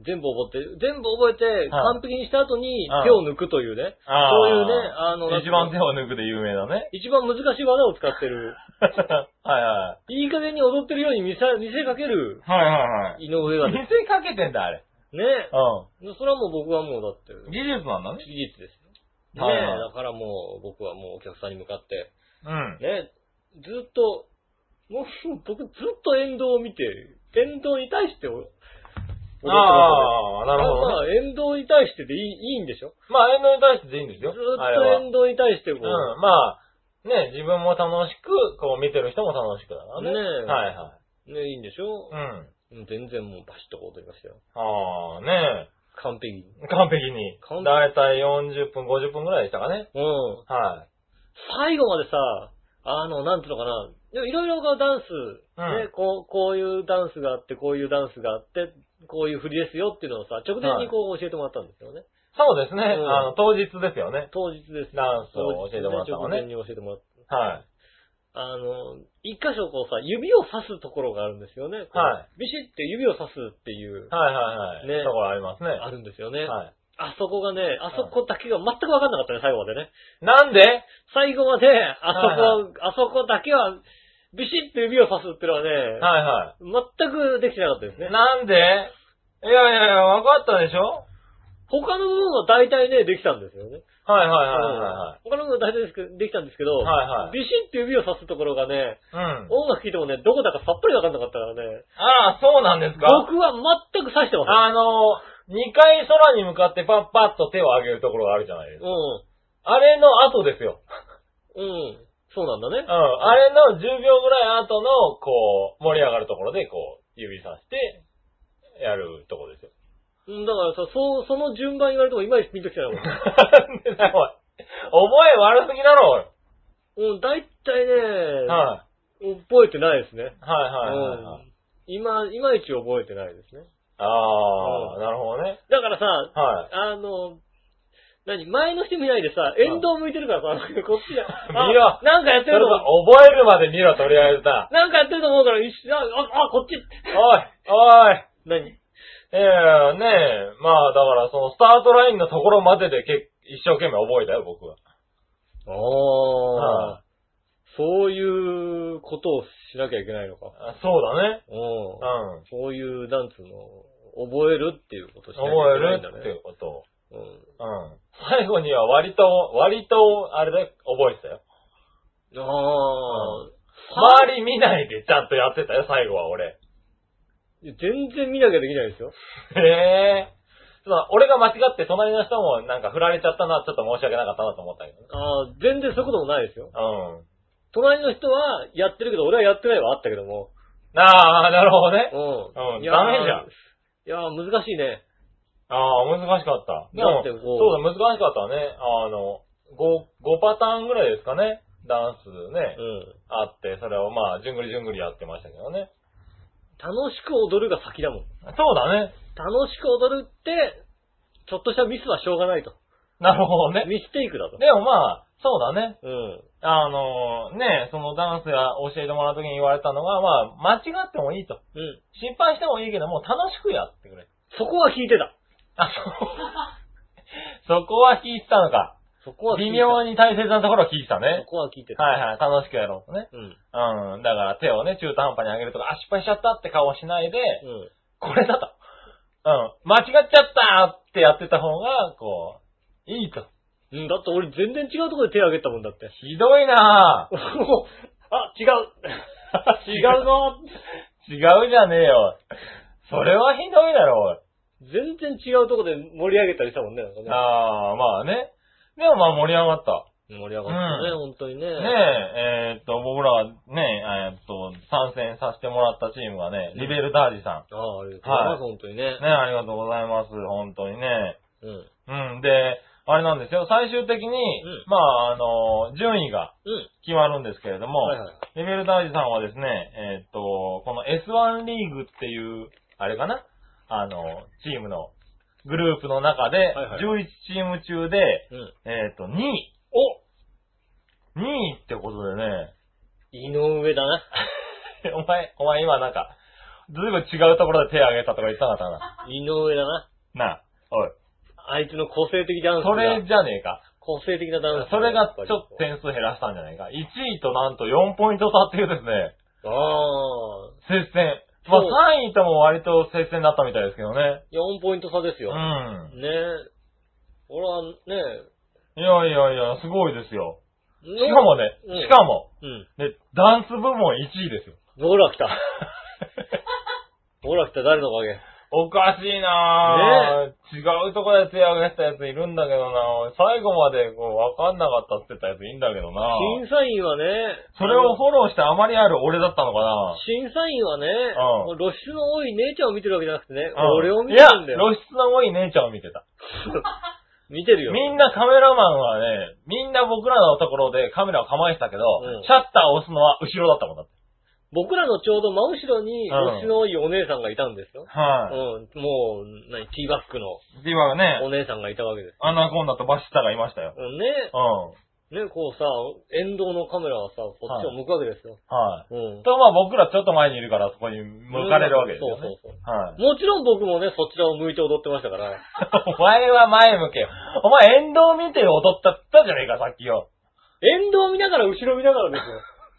[SPEAKER 2] 全部覚えて、全部覚えて、
[SPEAKER 3] はい
[SPEAKER 2] 完璧にした後に
[SPEAKER 3] うん
[SPEAKER 2] 手を抜くというね、
[SPEAKER 3] あー
[SPEAKER 2] そういうね、あの、
[SPEAKER 3] い。一番手を抜くで有名なね。
[SPEAKER 2] 一番難しい技を使ってる、
[SPEAKER 3] はいはい。
[SPEAKER 2] いい加減に踊ってるように見せ、見せかける
[SPEAKER 3] はいはいはい。
[SPEAKER 2] 井上が
[SPEAKER 3] 見
[SPEAKER 2] ね、
[SPEAKER 3] せかけてんだ、あれ。
[SPEAKER 2] ね
[SPEAKER 3] う
[SPEAKER 2] それはもう僕はもうだって、
[SPEAKER 3] ん。技術なんだね。
[SPEAKER 2] 技術ですよ。
[SPEAKER 3] はい
[SPEAKER 2] ね
[SPEAKER 3] はい
[SPEAKER 2] だからもう僕はもうお客さんに向かって、
[SPEAKER 3] うん。
[SPEAKER 2] ね、ずっと、もう 僕ずっと沿道を見て、沿道に対してお踊ってますよね
[SPEAKER 3] ああ、なるほ
[SPEAKER 2] ま
[SPEAKER 3] どね。
[SPEAKER 2] あ、沿道に対してでいいいいんでしょ
[SPEAKER 3] まあ、遠慮に対してでいいんです
[SPEAKER 2] ずー
[SPEAKER 3] よ。
[SPEAKER 2] っ
[SPEAKER 3] あれは
[SPEAKER 2] と沿道に対してこう、
[SPEAKER 3] うん、まあ、ね、自分も楽しく、こう見てる人も楽しくだからね。
[SPEAKER 2] ねえ
[SPEAKER 3] はいは
[SPEAKER 2] ね、いいんでしょ
[SPEAKER 3] い。う、ん。
[SPEAKER 2] うん全然もうバシッとこう踊りましたよ。
[SPEAKER 3] ああ、ね
[SPEAKER 2] 完璧に。
[SPEAKER 3] え。完璧に
[SPEAKER 2] 完璧。
[SPEAKER 3] だいたい40分、50分くらいでしたかね。
[SPEAKER 2] うん。
[SPEAKER 3] は
[SPEAKER 2] 最後までさ、あの、なんていうのかな、でもいろいろこうダンス、
[SPEAKER 3] うん
[SPEAKER 2] ね、こう、こういうダンスがあって、こういうダンスがあって、こういう振りですよっていうのをさ、直前にこう教えてもらったんですよね。
[SPEAKER 3] い。そうですね。
[SPEAKER 2] うん
[SPEAKER 3] あの、当日ですよね。
[SPEAKER 2] 当日です。
[SPEAKER 3] ダンスを教えてもらったの
[SPEAKER 2] 当日ね直前
[SPEAKER 3] ね。
[SPEAKER 2] に教えてもらった。
[SPEAKER 3] は
[SPEAKER 2] あの、一箇所こうさ、指を刺すところがあるんですよね。こう
[SPEAKER 3] は
[SPEAKER 2] ビシッて指を刺すっていう
[SPEAKER 3] い。、はいはいはい。
[SPEAKER 2] ね
[SPEAKER 3] ところありますね。
[SPEAKER 2] あるんですよね。
[SPEAKER 3] はい。
[SPEAKER 2] あそこがね、あそこだけが全く分かんなかったね、最後までね。
[SPEAKER 3] なんで
[SPEAKER 2] 最後まで、あそこ、
[SPEAKER 3] は
[SPEAKER 2] あ
[SPEAKER 3] い
[SPEAKER 2] そこだけは、ビシッと指を刺すってのはね、
[SPEAKER 3] はいはい。
[SPEAKER 2] 全くできてなかったですね。
[SPEAKER 3] なんでいやいやいや、わかったでしょ
[SPEAKER 2] 他の部分は大体ね、できたんですよね。
[SPEAKER 3] はいはいはいは
[SPEAKER 2] 他の部分は大体ですけどできたんですけど、
[SPEAKER 3] いはい。はいはい。
[SPEAKER 2] ビシッと指を刺すところがね、
[SPEAKER 3] うん。
[SPEAKER 2] 音楽聴いてもね、どこだかさっぱり分かんなかったからね、
[SPEAKER 3] あら、そうなんですか
[SPEAKER 2] 僕は全く刺してません。
[SPEAKER 3] あの、二回空に向かってパッパッと手を上げるところがあるじゃないですか。あれの後ですよ。
[SPEAKER 2] うん。うん。そうなんだ
[SPEAKER 3] う
[SPEAKER 2] ね
[SPEAKER 3] ん。。あれの10秒ぐらい後の、こう、盛り上がるところで、こう、指さして、やるところですよ。
[SPEAKER 2] うん、だからさ、そう、その順番言われてもいまいちピンときてないもん。
[SPEAKER 3] なんでだよおい覚え悪すぎだろ、
[SPEAKER 2] うん、大体
[SPEAKER 3] おい
[SPEAKER 2] ね、
[SPEAKER 3] は
[SPEAKER 2] 覚えてないですね。
[SPEAKER 3] い。はいはいはいはい。
[SPEAKER 2] うん今、いまいち覚えてないですね。
[SPEAKER 3] あ
[SPEAKER 2] う
[SPEAKER 3] あ、
[SPEAKER 2] ん
[SPEAKER 3] なるほどね。
[SPEAKER 2] だからさ、
[SPEAKER 3] はい。
[SPEAKER 2] あの、何前の人見ないでさ、沿道向いてるからさ、こっちだ。あ
[SPEAKER 3] 見ろ
[SPEAKER 2] なんかやっ
[SPEAKER 3] そ
[SPEAKER 2] て
[SPEAKER 3] れ
[SPEAKER 2] ると
[SPEAKER 3] さ
[SPEAKER 2] 思
[SPEAKER 3] 覚えるまで見ろ、とりあえずな。
[SPEAKER 2] う。なんかやってると思うから、一緒、あ、あ、こっち。
[SPEAKER 3] おい、おい。
[SPEAKER 2] 何
[SPEAKER 3] ええねえ、まあだからそのスタートラインのところまででけ一生懸命覚えたよ、僕は。
[SPEAKER 2] ああ。そういうことをしなきゃいけないのか。
[SPEAKER 3] あそうだね。
[SPEAKER 2] うん
[SPEAKER 3] う。ん。
[SPEAKER 2] そういう、なんつうの、覚えるっていうことをしなきゃい
[SPEAKER 3] 覚
[SPEAKER 2] けない
[SPEAKER 3] える
[SPEAKER 2] んだね。
[SPEAKER 3] っていうことを。
[SPEAKER 2] うん。
[SPEAKER 3] うん。最後には割と、割と、あれだよ、覚えてたよ。
[SPEAKER 2] ああ、
[SPEAKER 3] 周り見ないでちゃんとやってたよ、最後は俺。
[SPEAKER 2] いや全然見なきゃできないですよ。
[SPEAKER 3] へ え。そうだ俺が間違って隣の人もなんか振られちゃったな、ちょっと申し訳なかったなと思ったけどね。
[SPEAKER 2] ああ、全然そういうこともないですよ。
[SPEAKER 3] うん。
[SPEAKER 2] 隣の人はやってるけど、俺はやってないはあったけども。
[SPEAKER 3] ああ、なるほどね。
[SPEAKER 2] うん。
[SPEAKER 3] うん
[SPEAKER 2] いや
[SPEAKER 3] ダメじゃ
[SPEAKER 2] い
[SPEAKER 3] ん。
[SPEAKER 2] やー、難しいね。
[SPEAKER 3] ああ、難しかった。で
[SPEAKER 2] だっ
[SPEAKER 3] も、
[SPEAKER 2] て
[SPEAKER 3] そ
[SPEAKER 2] こう
[SPEAKER 3] うだ、難しかったね。あの、5、5パターンぐらいですかね。ダンスね、
[SPEAKER 2] うん。
[SPEAKER 3] あって、それをまあ、じゅんぐりじゅんぐりやってましたけどね。
[SPEAKER 2] 楽しく踊るが先だもん。
[SPEAKER 3] そうだね。
[SPEAKER 2] 楽しく踊るって、ちょっとしたミスはしょうがないと。
[SPEAKER 3] なるほどね。
[SPEAKER 2] ミステイクだと。
[SPEAKER 3] でもまあ、そうだね。
[SPEAKER 2] うん。
[SPEAKER 3] あのね、そのダンスや教えてもらうときに言われたのが、まあ、間違ってもいいと。
[SPEAKER 2] うん。
[SPEAKER 3] 失敗してもいいけども、楽しくやってくれ。
[SPEAKER 2] そこは聞いてた。
[SPEAKER 3] あ、 そう。そこは聞いてたのか。
[SPEAKER 2] そこは聞い
[SPEAKER 3] 微
[SPEAKER 2] てた。
[SPEAKER 3] 妙に大切なところを聞いてた
[SPEAKER 2] そ
[SPEAKER 3] ね。
[SPEAKER 2] こは聞いてた。
[SPEAKER 3] はいはい、楽しくやろうとね。
[SPEAKER 2] うん。
[SPEAKER 3] うん。だから手をね、中途半端に上げるとか、あ、失敗しちゃったって顔をしないで、
[SPEAKER 2] うん。
[SPEAKER 3] これだと。うん。間違っちゃったってやってた方が、こう、いいと。
[SPEAKER 2] うん、だって俺全然違うところで手を挙げたもんだ って。
[SPEAKER 3] ひどいなぁ。
[SPEAKER 2] もうあ、違う。 違うなー
[SPEAKER 3] 違うじゃねえよ。それはひどいだろ、
[SPEAKER 2] 全然違うとこで盛り上げたりしたもんね、なんか
[SPEAKER 3] おい
[SPEAKER 2] ね。
[SPEAKER 3] ああ、まあね。でもまあ盛り上がった。
[SPEAKER 2] 盛り上がったね、
[SPEAKER 3] う
[SPEAKER 2] 本
[SPEAKER 3] ん
[SPEAKER 2] 当にね。
[SPEAKER 3] ねえ、えーっと、僕らはね、えーっと、参戦させてもらったチームがね、リベルダージ
[SPEAKER 2] あ
[SPEAKER 3] さ
[SPEAKER 2] あ、ありがとうございます、
[SPEAKER 3] はい
[SPEAKER 2] 本当にね
[SPEAKER 3] ん。。ね、
[SPEAKER 2] うん。
[SPEAKER 3] ありがとうございます。本当にね。うん。で、あれなんですよ。最終的
[SPEAKER 2] うん
[SPEAKER 3] に、まあ、あの、順位が
[SPEAKER 2] うん。
[SPEAKER 3] 決まるんですけれども、
[SPEAKER 2] はいはい。
[SPEAKER 3] レベルダージさんはですね、えーっと、この S1 リーグっていう、あれかなあの、チームの、グループの中で、
[SPEAKER 2] はいはい
[SPEAKER 3] 11チーム中で、
[SPEAKER 2] うん。
[SPEAKER 3] えーっと、2位。お !2 位ってことでね、
[SPEAKER 2] 井上だな。
[SPEAKER 3] お前、お前今なんか、ずいぶん違うところで手を挙げたとか言ってなかったな。
[SPEAKER 2] 井上だな。
[SPEAKER 3] なあ、おい。
[SPEAKER 2] あいつの個性的ダンスが。
[SPEAKER 3] それじゃねえか。
[SPEAKER 2] 個性的なダンス。
[SPEAKER 3] それがちょっと点数減らしたんじゃないか。1位となんと4ポイント差っていうですね、
[SPEAKER 2] と。ああ。
[SPEAKER 3] 接戦。まあ
[SPEAKER 2] そう
[SPEAKER 3] 3位とも割と接戦だったみたいですけどね。
[SPEAKER 2] 4ポイント差ですよ。
[SPEAKER 3] うん。
[SPEAKER 2] ねえ。俺はね、
[SPEAKER 3] いやいやいや、すごいですよ。
[SPEAKER 2] し
[SPEAKER 3] しかもね、
[SPEAKER 2] うん
[SPEAKER 3] しかも、
[SPEAKER 2] うん。
[SPEAKER 3] ね、ダンス部門1位ですよ。
[SPEAKER 2] ほら来た。ほら来た、誰のおかげ。
[SPEAKER 3] おかしいなぁ。違うとこで手を挙げてたやついるんだけどなぁ。最後までこう、わかんなかったって言ったやついいんだけどなぁ
[SPEAKER 2] 審。査員はね、
[SPEAKER 3] それをフォローしてあまりある俺だったのかな
[SPEAKER 2] 審査員はね、
[SPEAKER 3] う
[SPEAKER 2] 露出の多い姉ちゃんを見てるわけじゃなくてね、
[SPEAKER 3] うん
[SPEAKER 2] 俺を見てるんだ
[SPEAKER 3] いや、
[SPEAKER 2] よ。
[SPEAKER 3] 露出の多い姉ちゃんを見てた。
[SPEAKER 2] 見てるよ。
[SPEAKER 3] みんなカメラマンはね、みんな僕らのところでカメラを構えてたけど、
[SPEAKER 2] うん
[SPEAKER 3] シャッターを押すのは後ろだったもんだって。
[SPEAKER 2] 僕らのちょうど真後ろに
[SPEAKER 3] う
[SPEAKER 2] 露
[SPEAKER 3] ん
[SPEAKER 2] 出の多いお姉さんがいたんですよ。
[SPEAKER 3] はい、
[SPEAKER 2] うん、もう、何、ティーバックの
[SPEAKER 3] で、今
[SPEAKER 2] お
[SPEAKER 3] ね、
[SPEAKER 2] 姉さんがいたわけです。
[SPEAKER 3] アナコンダとバシッタがいました
[SPEAKER 2] う
[SPEAKER 3] よ。
[SPEAKER 2] ん
[SPEAKER 3] うん。
[SPEAKER 2] ね、ね、こうさ、沿道のカメラはさ、こっちを向くわけですよ。
[SPEAKER 3] はい、
[SPEAKER 2] うん。
[SPEAKER 3] と、まあ僕らちょっと前にいるから、そこに向かれるわけですよ、ね。
[SPEAKER 2] そうそうそう。
[SPEAKER 3] はい、
[SPEAKER 2] もちろん僕もね、そちらを向いて踊ってましたから。
[SPEAKER 3] お前は前向けよ。お前沿道見て踊ったって言ったじゃねえか、さっきよ。
[SPEAKER 2] 沿道見ながら後ろ見ながらですよ。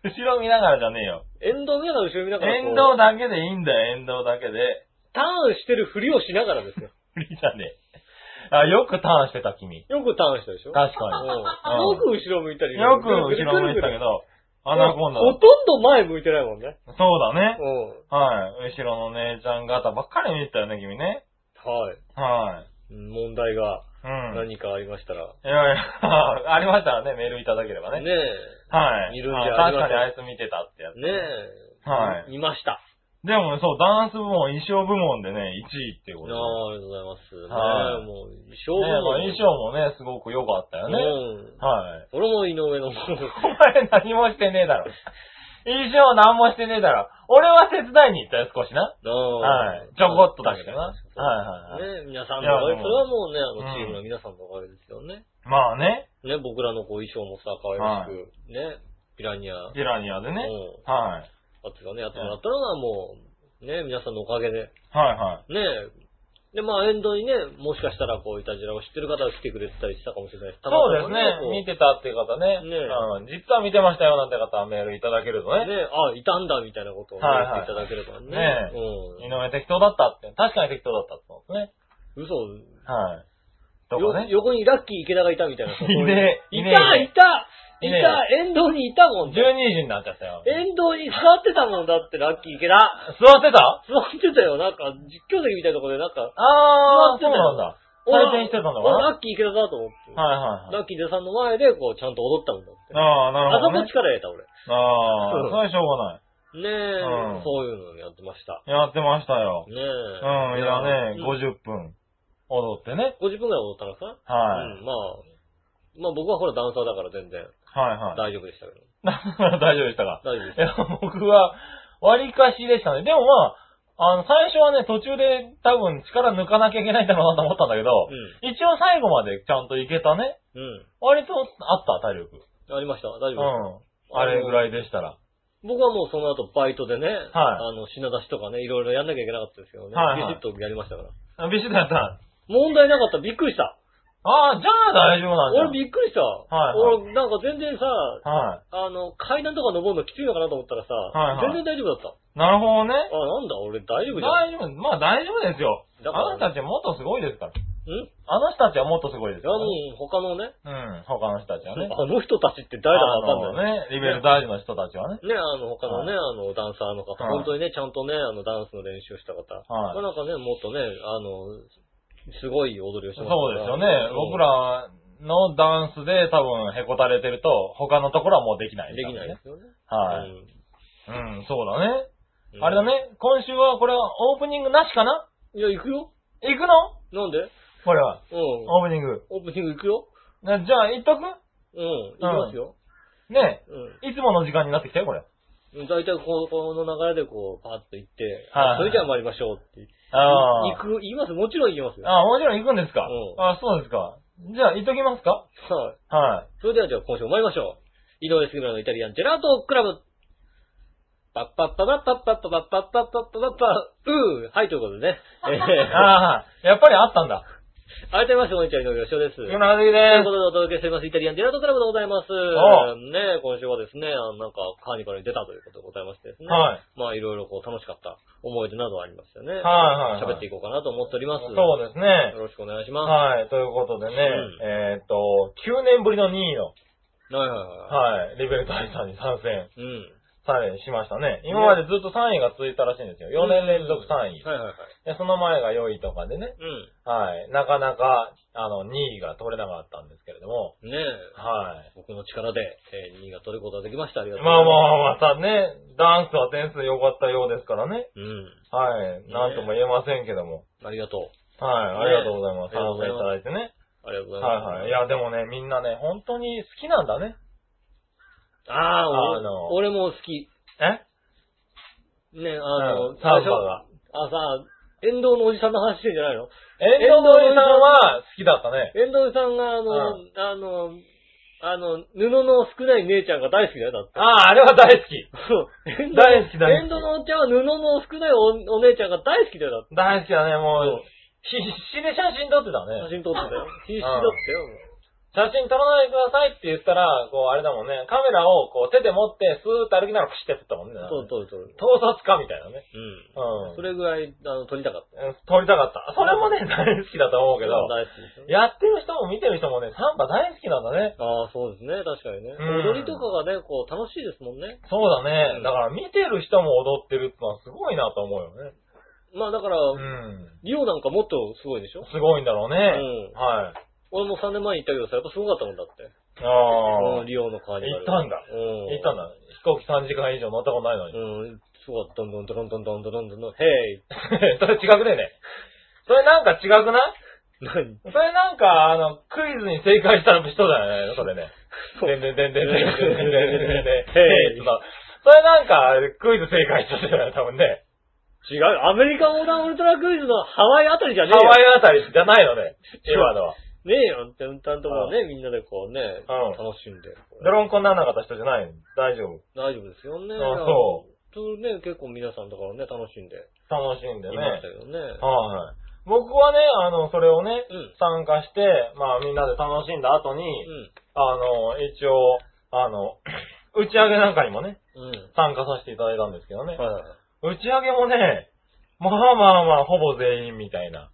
[SPEAKER 3] 後ろ見ながらじゃねえよ。
[SPEAKER 2] 沿道見ながら後ろ見ながらこう。
[SPEAKER 3] 沿道だけでいいんだよ、沿道だけで。
[SPEAKER 2] ターンしてるふりをしながらですよ。
[SPEAKER 3] 無理じゃねえ。あ、よくターンしてた、君。
[SPEAKER 2] よくターンしたでし ょ
[SPEAKER 3] 確か
[SPEAKER 2] うん
[SPEAKER 3] に。
[SPEAKER 2] よく後ろ向いたり。
[SPEAKER 3] よく後ろ向いてたけ
[SPEAKER 2] ど。
[SPEAKER 3] ど、アナコンダだ
[SPEAKER 2] ほとんど前向いてないもんね。
[SPEAKER 3] そうだね
[SPEAKER 2] う。ん。
[SPEAKER 3] はい。後ろの姉ちゃん方ばっかり見てたよね、君ね。
[SPEAKER 2] はい。
[SPEAKER 3] は
[SPEAKER 2] 問題が
[SPEAKER 3] い。うん。
[SPEAKER 2] 何かありましたら。
[SPEAKER 3] いやいや、あ りましたらね、メールいただければね。
[SPEAKER 2] ねえ。
[SPEAKER 3] はい。
[SPEAKER 2] 見るんじ
[SPEAKER 3] あ
[SPEAKER 2] ゃあり
[SPEAKER 3] 確
[SPEAKER 2] ま
[SPEAKER 3] か
[SPEAKER 2] せん
[SPEAKER 3] にあいつ見てたってやつ。
[SPEAKER 2] ねえ。
[SPEAKER 3] はい
[SPEAKER 2] 見ました。
[SPEAKER 3] でもそう、ダンス部門、衣装部門でね、1位っていう
[SPEAKER 2] あ
[SPEAKER 3] ことで。
[SPEAKER 2] あありがとうございます。ね
[SPEAKER 3] はい
[SPEAKER 2] え、もう、衣
[SPEAKER 3] ね
[SPEAKER 2] 装
[SPEAKER 3] まあ衣装もね、すごく良かったよね。
[SPEAKER 2] うん。
[SPEAKER 3] はい。
[SPEAKER 2] 俺も井上の。
[SPEAKER 3] お前何もしてねえだろ。衣装何もしてねえだろ。俺は手伝いに行ったよ、少しな。は。
[SPEAKER 2] はい
[SPEAKER 3] ちょこっとだけどな。
[SPEAKER 2] は
[SPEAKER 3] はいは
[SPEAKER 2] い
[SPEAKER 3] いはい。
[SPEAKER 2] はい。ね、皆さんのおか
[SPEAKER 3] いやで
[SPEAKER 2] げ、
[SPEAKER 3] も
[SPEAKER 2] それはもうね、あ
[SPEAKER 3] うん
[SPEAKER 2] の、チームの皆さんのおかげですよね。
[SPEAKER 3] まあね、
[SPEAKER 2] ね、僕らのこう衣装もさ、可愛らしく、ね、ピラニア、
[SPEAKER 3] ピラニアでね。
[SPEAKER 2] う
[SPEAKER 3] はい。
[SPEAKER 2] ん、あつがね、やってもらったのはもう、ね、皆さんのおかげで、
[SPEAKER 3] はいは
[SPEAKER 2] ね、で、まあ、エンドにね、もしかしたらこう、いたじらを知ってる方が来てくれてたりしたかもしれないです。
[SPEAKER 3] い。そうです
[SPEAKER 2] こ
[SPEAKER 3] ね。見てたっていう方ね。
[SPEAKER 2] ね
[SPEAKER 3] うん実は見てましたよなんて方はメールいただけるとね。
[SPEAKER 2] ね、あ、いたんだみたいなことをね
[SPEAKER 3] はいはい
[SPEAKER 2] 言っていただければね。
[SPEAKER 3] ね井上適当だったって。確かに適当だったってことですね。
[SPEAKER 2] うん。嘘。
[SPEAKER 3] はい。と
[SPEAKER 2] よ
[SPEAKER 3] かね。
[SPEAKER 2] 横にラッキー池田がいたみ たいな。そういう
[SPEAKER 3] いねえ
[SPEAKER 2] い
[SPEAKER 3] い
[SPEAKER 2] た、
[SPEAKER 3] ね
[SPEAKER 2] い
[SPEAKER 3] え
[SPEAKER 2] た、い
[SPEAKER 3] いね
[SPEAKER 2] た、沿道にいたもん
[SPEAKER 3] 12
[SPEAKER 2] ね。
[SPEAKER 3] 時になっちゃったよ。
[SPEAKER 2] 沿道に座ってたもんだって、ラッキー池田。
[SPEAKER 3] 座ってた
[SPEAKER 2] 座ってたよ、なんか、実況席みたいなとこで、なんか、
[SPEAKER 3] あー、
[SPEAKER 2] 座
[SPEAKER 3] そ
[SPEAKER 2] ってた
[SPEAKER 3] う
[SPEAKER 2] よ
[SPEAKER 3] なんだ。
[SPEAKER 2] 俺
[SPEAKER 3] 回転してたのかな
[SPEAKER 2] 俺ラッキー池田だと思って。
[SPEAKER 3] はいはいはい。
[SPEAKER 2] ラッキー池田さんの前で、こう、ちゃんと踊ったもんだって。
[SPEAKER 3] あー、な
[SPEAKER 2] あ
[SPEAKER 3] る
[SPEAKER 2] そ
[SPEAKER 3] ほど、
[SPEAKER 2] こ
[SPEAKER 3] ね。
[SPEAKER 2] 力入れた、俺。
[SPEAKER 3] あー、それはしょうがない。
[SPEAKER 2] ねえ、
[SPEAKER 3] うん
[SPEAKER 2] そういうのやってました。
[SPEAKER 3] やってましたよ。
[SPEAKER 2] ねえ。
[SPEAKER 3] うん、いやね、
[SPEAKER 2] うん
[SPEAKER 3] 50分踊ってね。
[SPEAKER 2] 50分ぐらい踊ったのかな
[SPEAKER 3] は
[SPEAKER 2] う
[SPEAKER 3] い。
[SPEAKER 2] ん、まあ、まあ僕はほらダンサーだから全然
[SPEAKER 3] はいはい。
[SPEAKER 2] 大丈夫でしたけど。
[SPEAKER 3] 大丈夫でしたか
[SPEAKER 2] 大丈夫で
[SPEAKER 3] い
[SPEAKER 2] し た。
[SPEAKER 3] や、僕は、割りかしでしたね。でもまあ、あの、最初はね、途中で多分力抜かなきゃいけないんだろうなと思ったんだけど、一応最後までちゃんといけたね。
[SPEAKER 2] うん。
[SPEAKER 3] 割とあった、体力。
[SPEAKER 2] うん。ありました。大丈夫で
[SPEAKER 3] う
[SPEAKER 2] した。
[SPEAKER 3] ん。あれぐらいでしたら。
[SPEAKER 2] 僕はもうその後バイトでね、あの、品出しとかね、いろいろやんなきゃいけなかったですけどね、
[SPEAKER 3] はいは
[SPEAKER 2] ビ
[SPEAKER 3] い
[SPEAKER 2] シッとやりましたから。
[SPEAKER 3] あビシッとやった。
[SPEAKER 2] 問題なかった。びっくりした。
[SPEAKER 3] ああ、じゃあ大丈夫なんじゃん
[SPEAKER 2] 俺びっくりした。
[SPEAKER 3] はい
[SPEAKER 2] 俺なんか全然さ、
[SPEAKER 3] は
[SPEAKER 2] あの、階段とか登るのきついのかなと思ったらさ、
[SPEAKER 3] はいはい
[SPEAKER 2] 全然大丈夫だっ
[SPEAKER 3] い。なるほどね。
[SPEAKER 2] た。あ、なんだ、俺大丈夫じゃん。
[SPEAKER 3] 大丈夫、まあ大丈夫ですよ。
[SPEAKER 2] だから
[SPEAKER 3] あなたたちはもっとすごいですから。
[SPEAKER 2] ん
[SPEAKER 3] あの人たちはもっとすごいで
[SPEAKER 2] い
[SPEAKER 3] すか
[SPEAKER 2] や、
[SPEAKER 3] ら
[SPEAKER 2] も
[SPEAKER 3] ね。
[SPEAKER 2] う他のね、
[SPEAKER 3] うん、他の人たちはね。
[SPEAKER 2] あの人たちって誰だかわかんない。
[SPEAKER 3] い。ね、リベル大事の人たちはね。
[SPEAKER 2] ね、あの、他のね、あの、ダンサーの方、
[SPEAKER 3] はい
[SPEAKER 2] 本当にね、ちゃんとね、あの、ダンスの練習した方。
[SPEAKER 3] はい
[SPEAKER 2] まあなんかね、もっとね、あの、すごい踊りをして
[SPEAKER 3] そう
[SPEAKER 2] ましたから
[SPEAKER 3] ですよね。僕。らのダンスで多分へこたれてると、他のところはもうできな
[SPEAKER 2] う
[SPEAKER 3] い
[SPEAKER 2] ん
[SPEAKER 3] で
[SPEAKER 2] ですき
[SPEAKER 3] から
[SPEAKER 2] な
[SPEAKER 3] ね、
[SPEAKER 2] いですよね。
[SPEAKER 3] はい、
[SPEAKER 2] うん
[SPEAKER 3] うん。そうだね。
[SPEAKER 2] うん
[SPEAKER 3] あれだね。今週はこれはオープニングなしかない
[SPEAKER 2] や、行くよ。
[SPEAKER 3] 行くの
[SPEAKER 2] なんでうん。
[SPEAKER 3] これは。オープニング。
[SPEAKER 2] オープニング行くよ。
[SPEAKER 3] なじゃあ、行っとく
[SPEAKER 2] うん。行きますよ。
[SPEAKER 3] ね
[SPEAKER 2] うん。
[SPEAKER 3] いつもの時間になってきたよ、これ。
[SPEAKER 2] 大体この、この流れでこう、パーッと行って、
[SPEAKER 3] はい
[SPEAKER 2] それじゃあ参りましょうって。
[SPEAKER 3] あ
[SPEAKER 2] 行く、言いますもちろん言います
[SPEAKER 3] あ。
[SPEAKER 2] よ。
[SPEAKER 3] ああ、もちろん行くんですか。
[SPEAKER 2] うん
[SPEAKER 3] ああ、そうですか。じゃあ、行っときますか
[SPEAKER 2] はい。
[SPEAKER 3] はい。
[SPEAKER 2] それではじゃあ今週も参りましょう。井上杉村のイタリアンジェラートクラブ。パッパッパパッパッパッパッパッパッパッパッパッパうーはい、ということでね。えー、
[SPEAKER 3] ああ、やっぱりあったんだ。
[SPEAKER 2] 改めまして、こんにちは、井上芳雄です。と
[SPEAKER 3] 今
[SPEAKER 2] いう
[SPEAKER 3] の時で
[SPEAKER 2] ことでお届けしております、イタリアンジェラートクラブでございます。
[SPEAKER 3] お
[SPEAKER 2] ね今週はですね、あのなんか、カーニバルに出たということでございましてです
[SPEAKER 3] す。
[SPEAKER 2] ね。
[SPEAKER 3] は
[SPEAKER 2] まあ、
[SPEAKER 3] い。
[SPEAKER 2] いろいろこう、楽しかった思い出などありましたよね。
[SPEAKER 3] はいはいは
[SPEAKER 2] 喋
[SPEAKER 3] い
[SPEAKER 2] っていこうかなと思っております。
[SPEAKER 3] そうですね
[SPEAKER 2] よ。ろしくお願いしま
[SPEAKER 3] はい、ということでね、
[SPEAKER 2] うん
[SPEAKER 3] えっ、と、9年ぶりの2位の、
[SPEAKER 2] す。はいはいはい。
[SPEAKER 3] はい、レベル大さんに参戦
[SPEAKER 2] うん。
[SPEAKER 3] されしましたね。今までずっと3位が続いたらしいんですよ。4年連続3位。
[SPEAKER 2] はいはいはい。
[SPEAKER 3] でその前が4位とかでね、はい、なかなか、あの、2位が取れなかったんですけれども、
[SPEAKER 2] うん。ねえ。
[SPEAKER 3] はい。
[SPEAKER 2] 僕の力で、えー、2位が取ることができました。ありがとうご
[SPEAKER 3] まあ
[SPEAKER 2] ざい
[SPEAKER 3] ま
[SPEAKER 2] ます。
[SPEAKER 3] あまたね、ダンスは点数良かったようですからね。はい、
[SPEAKER 2] ね
[SPEAKER 3] なんとも言えませんけども。
[SPEAKER 2] うん。ありがと
[SPEAKER 3] はい、ありがとうございます。
[SPEAKER 2] ねありがとうござ
[SPEAKER 3] 参
[SPEAKER 2] いますう。ありがとうございます。
[SPEAKER 3] 戦いただいてね。はいはい。いや、でもね、みんなね、本当に好きなんだね。
[SPEAKER 2] ああ、
[SPEAKER 3] あの
[SPEAKER 2] 俺俺も好き。
[SPEAKER 3] え
[SPEAKER 2] ね、あの、
[SPEAKER 3] うんサンバが。
[SPEAKER 2] あさ、遠藤のおじさんの話してんじゃないの
[SPEAKER 3] 遠藤のおじさんは好きだったね。
[SPEAKER 2] 遠藤さんが、あの、
[SPEAKER 3] う
[SPEAKER 2] あの、あの、布の少ない姉ちゃんが大好きだよ、だって。
[SPEAKER 3] ああ、あれは大好き。
[SPEAKER 2] そう。遠藤
[SPEAKER 3] 大好き大好き
[SPEAKER 2] 遠藤のおっちゃんは布の少ないおお姉ちゃんが大好きだよ、だって。
[SPEAKER 3] 大好きだね、もう。必死で写真撮ってたね。
[SPEAKER 2] 写真撮ってたよ。必死だったよ。
[SPEAKER 3] 写真撮らないでくださいって言ったら、こう、あれだもんね、カメラをこう手で持って、スーッと歩きながらプシッて撮ったもんね。
[SPEAKER 2] そう、撮る撮る。
[SPEAKER 3] 盗撮かみたいなね。
[SPEAKER 2] うん。
[SPEAKER 3] うん。
[SPEAKER 2] それぐらい、あの、撮りたかった。
[SPEAKER 3] うん撮りたかった。それもね、大好きだと思うけど、
[SPEAKER 2] 大好きですよ。
[SPEAKER 3] やってる人も見てる人もね、サンバ大好きなんだね。
[SPEAKER 2] ああ、そうですね。確かにね。
[SPEAKER 3] うん
[SPEAKER 2] 踊りとかがね、こう、楽しいですもんね。
[SPEAKER 3] そうだ
[SPEAKER 2] う
[SPEAKER 3] ね。
[SPEAKER 2] ん
[SPEAKER 3] だから見てる人も踊ってるってのはすごいなと思うよね。
[SPEAKER 2] まあだから、
[SPEAKER 3] うん。
[SPEAKER 2] リオなんかもっとすごいでしょ
[SPEAKER 3] すごいんだろうね。
[SPEAKER 2] うん
[SPEAKER 3] はい。
[SPEAKER 2] 俺も3年前に行ったけどさ、やっぱすごかったもんだって。
[SPEAKER 3] ああ
[SPEAKER 2] うん。リオのカーニバル。
[SPEAKER 3] 行ったんだ
[SPEAKER 2] うん。
[SPEAKER 3] 行ったんだ。飛行機3時間以上乗ったことないのに。
[SPEAKER 2] うん。すごかった。どんどんどんどんどんどんどんどん。へい。
[SPEAKER 3] それ違くねえね。それなんか違くない
[SPEAKER 2] 何
[SPEAKER 3] それなんか、あの、クイズに正解した人だよね、それね。
[SPEAKER 2] そう
[SPEAKER 3] でんでんでんでんでんでんでんでんでんでんでんでん
[SPEAKER 2] へい
[SPEAKER 3] へいとかそれなんか、クイズ正解しちゃってたよね、多分ね。
[SPEAKER 2] 違う。アメリカン横断ウルトラクイズのハワイあたりじゃね
[SPEAKER 3] ハ
[SPEAKER 2] えよ
[SPEAKER 3] ワ。イあたりじゃないのね。
[SPEAKER 2] 違う
[SPEAKER 3] 今のは。
[SPEAKER 2] ねえよ、てんたんともね、みんなでこうね、
[SPEAKER 3] ん
[SPEAKER 2] 楽しんで。これ
[SPEAKER 3] ドロンコにならなかった人じゃないの。大丈夫。
[SPEAKER 2] 大丈夫ですよね。。
[SPEAKER 3] あそう
[SPEAKER 2] とね、結構皆さんだからね、楽しんで
[SPEAKER 3] 楽しんで
[SPEAKER 2] い
[SPEAKER 3] ね。
[SPEAKER 2] ましたよね。
[SPEAKER 3] はい。僕はね、あの、それをね、
[SPEAKER 2] うん
[SPEAKER 3] 参加して、まあみんなで楽しんだ後に、あの、一応、あの、 打ち上げなんかにもね、
[SPEAKER 2] うん。うん。
[SPEAKER 3] 参加させていただいたんですけどね。
[SPEAKER 2] はいはい。
[SPEAKER 3] 打ち上げもね、まあまあまあ、ほぼ全員みたいな。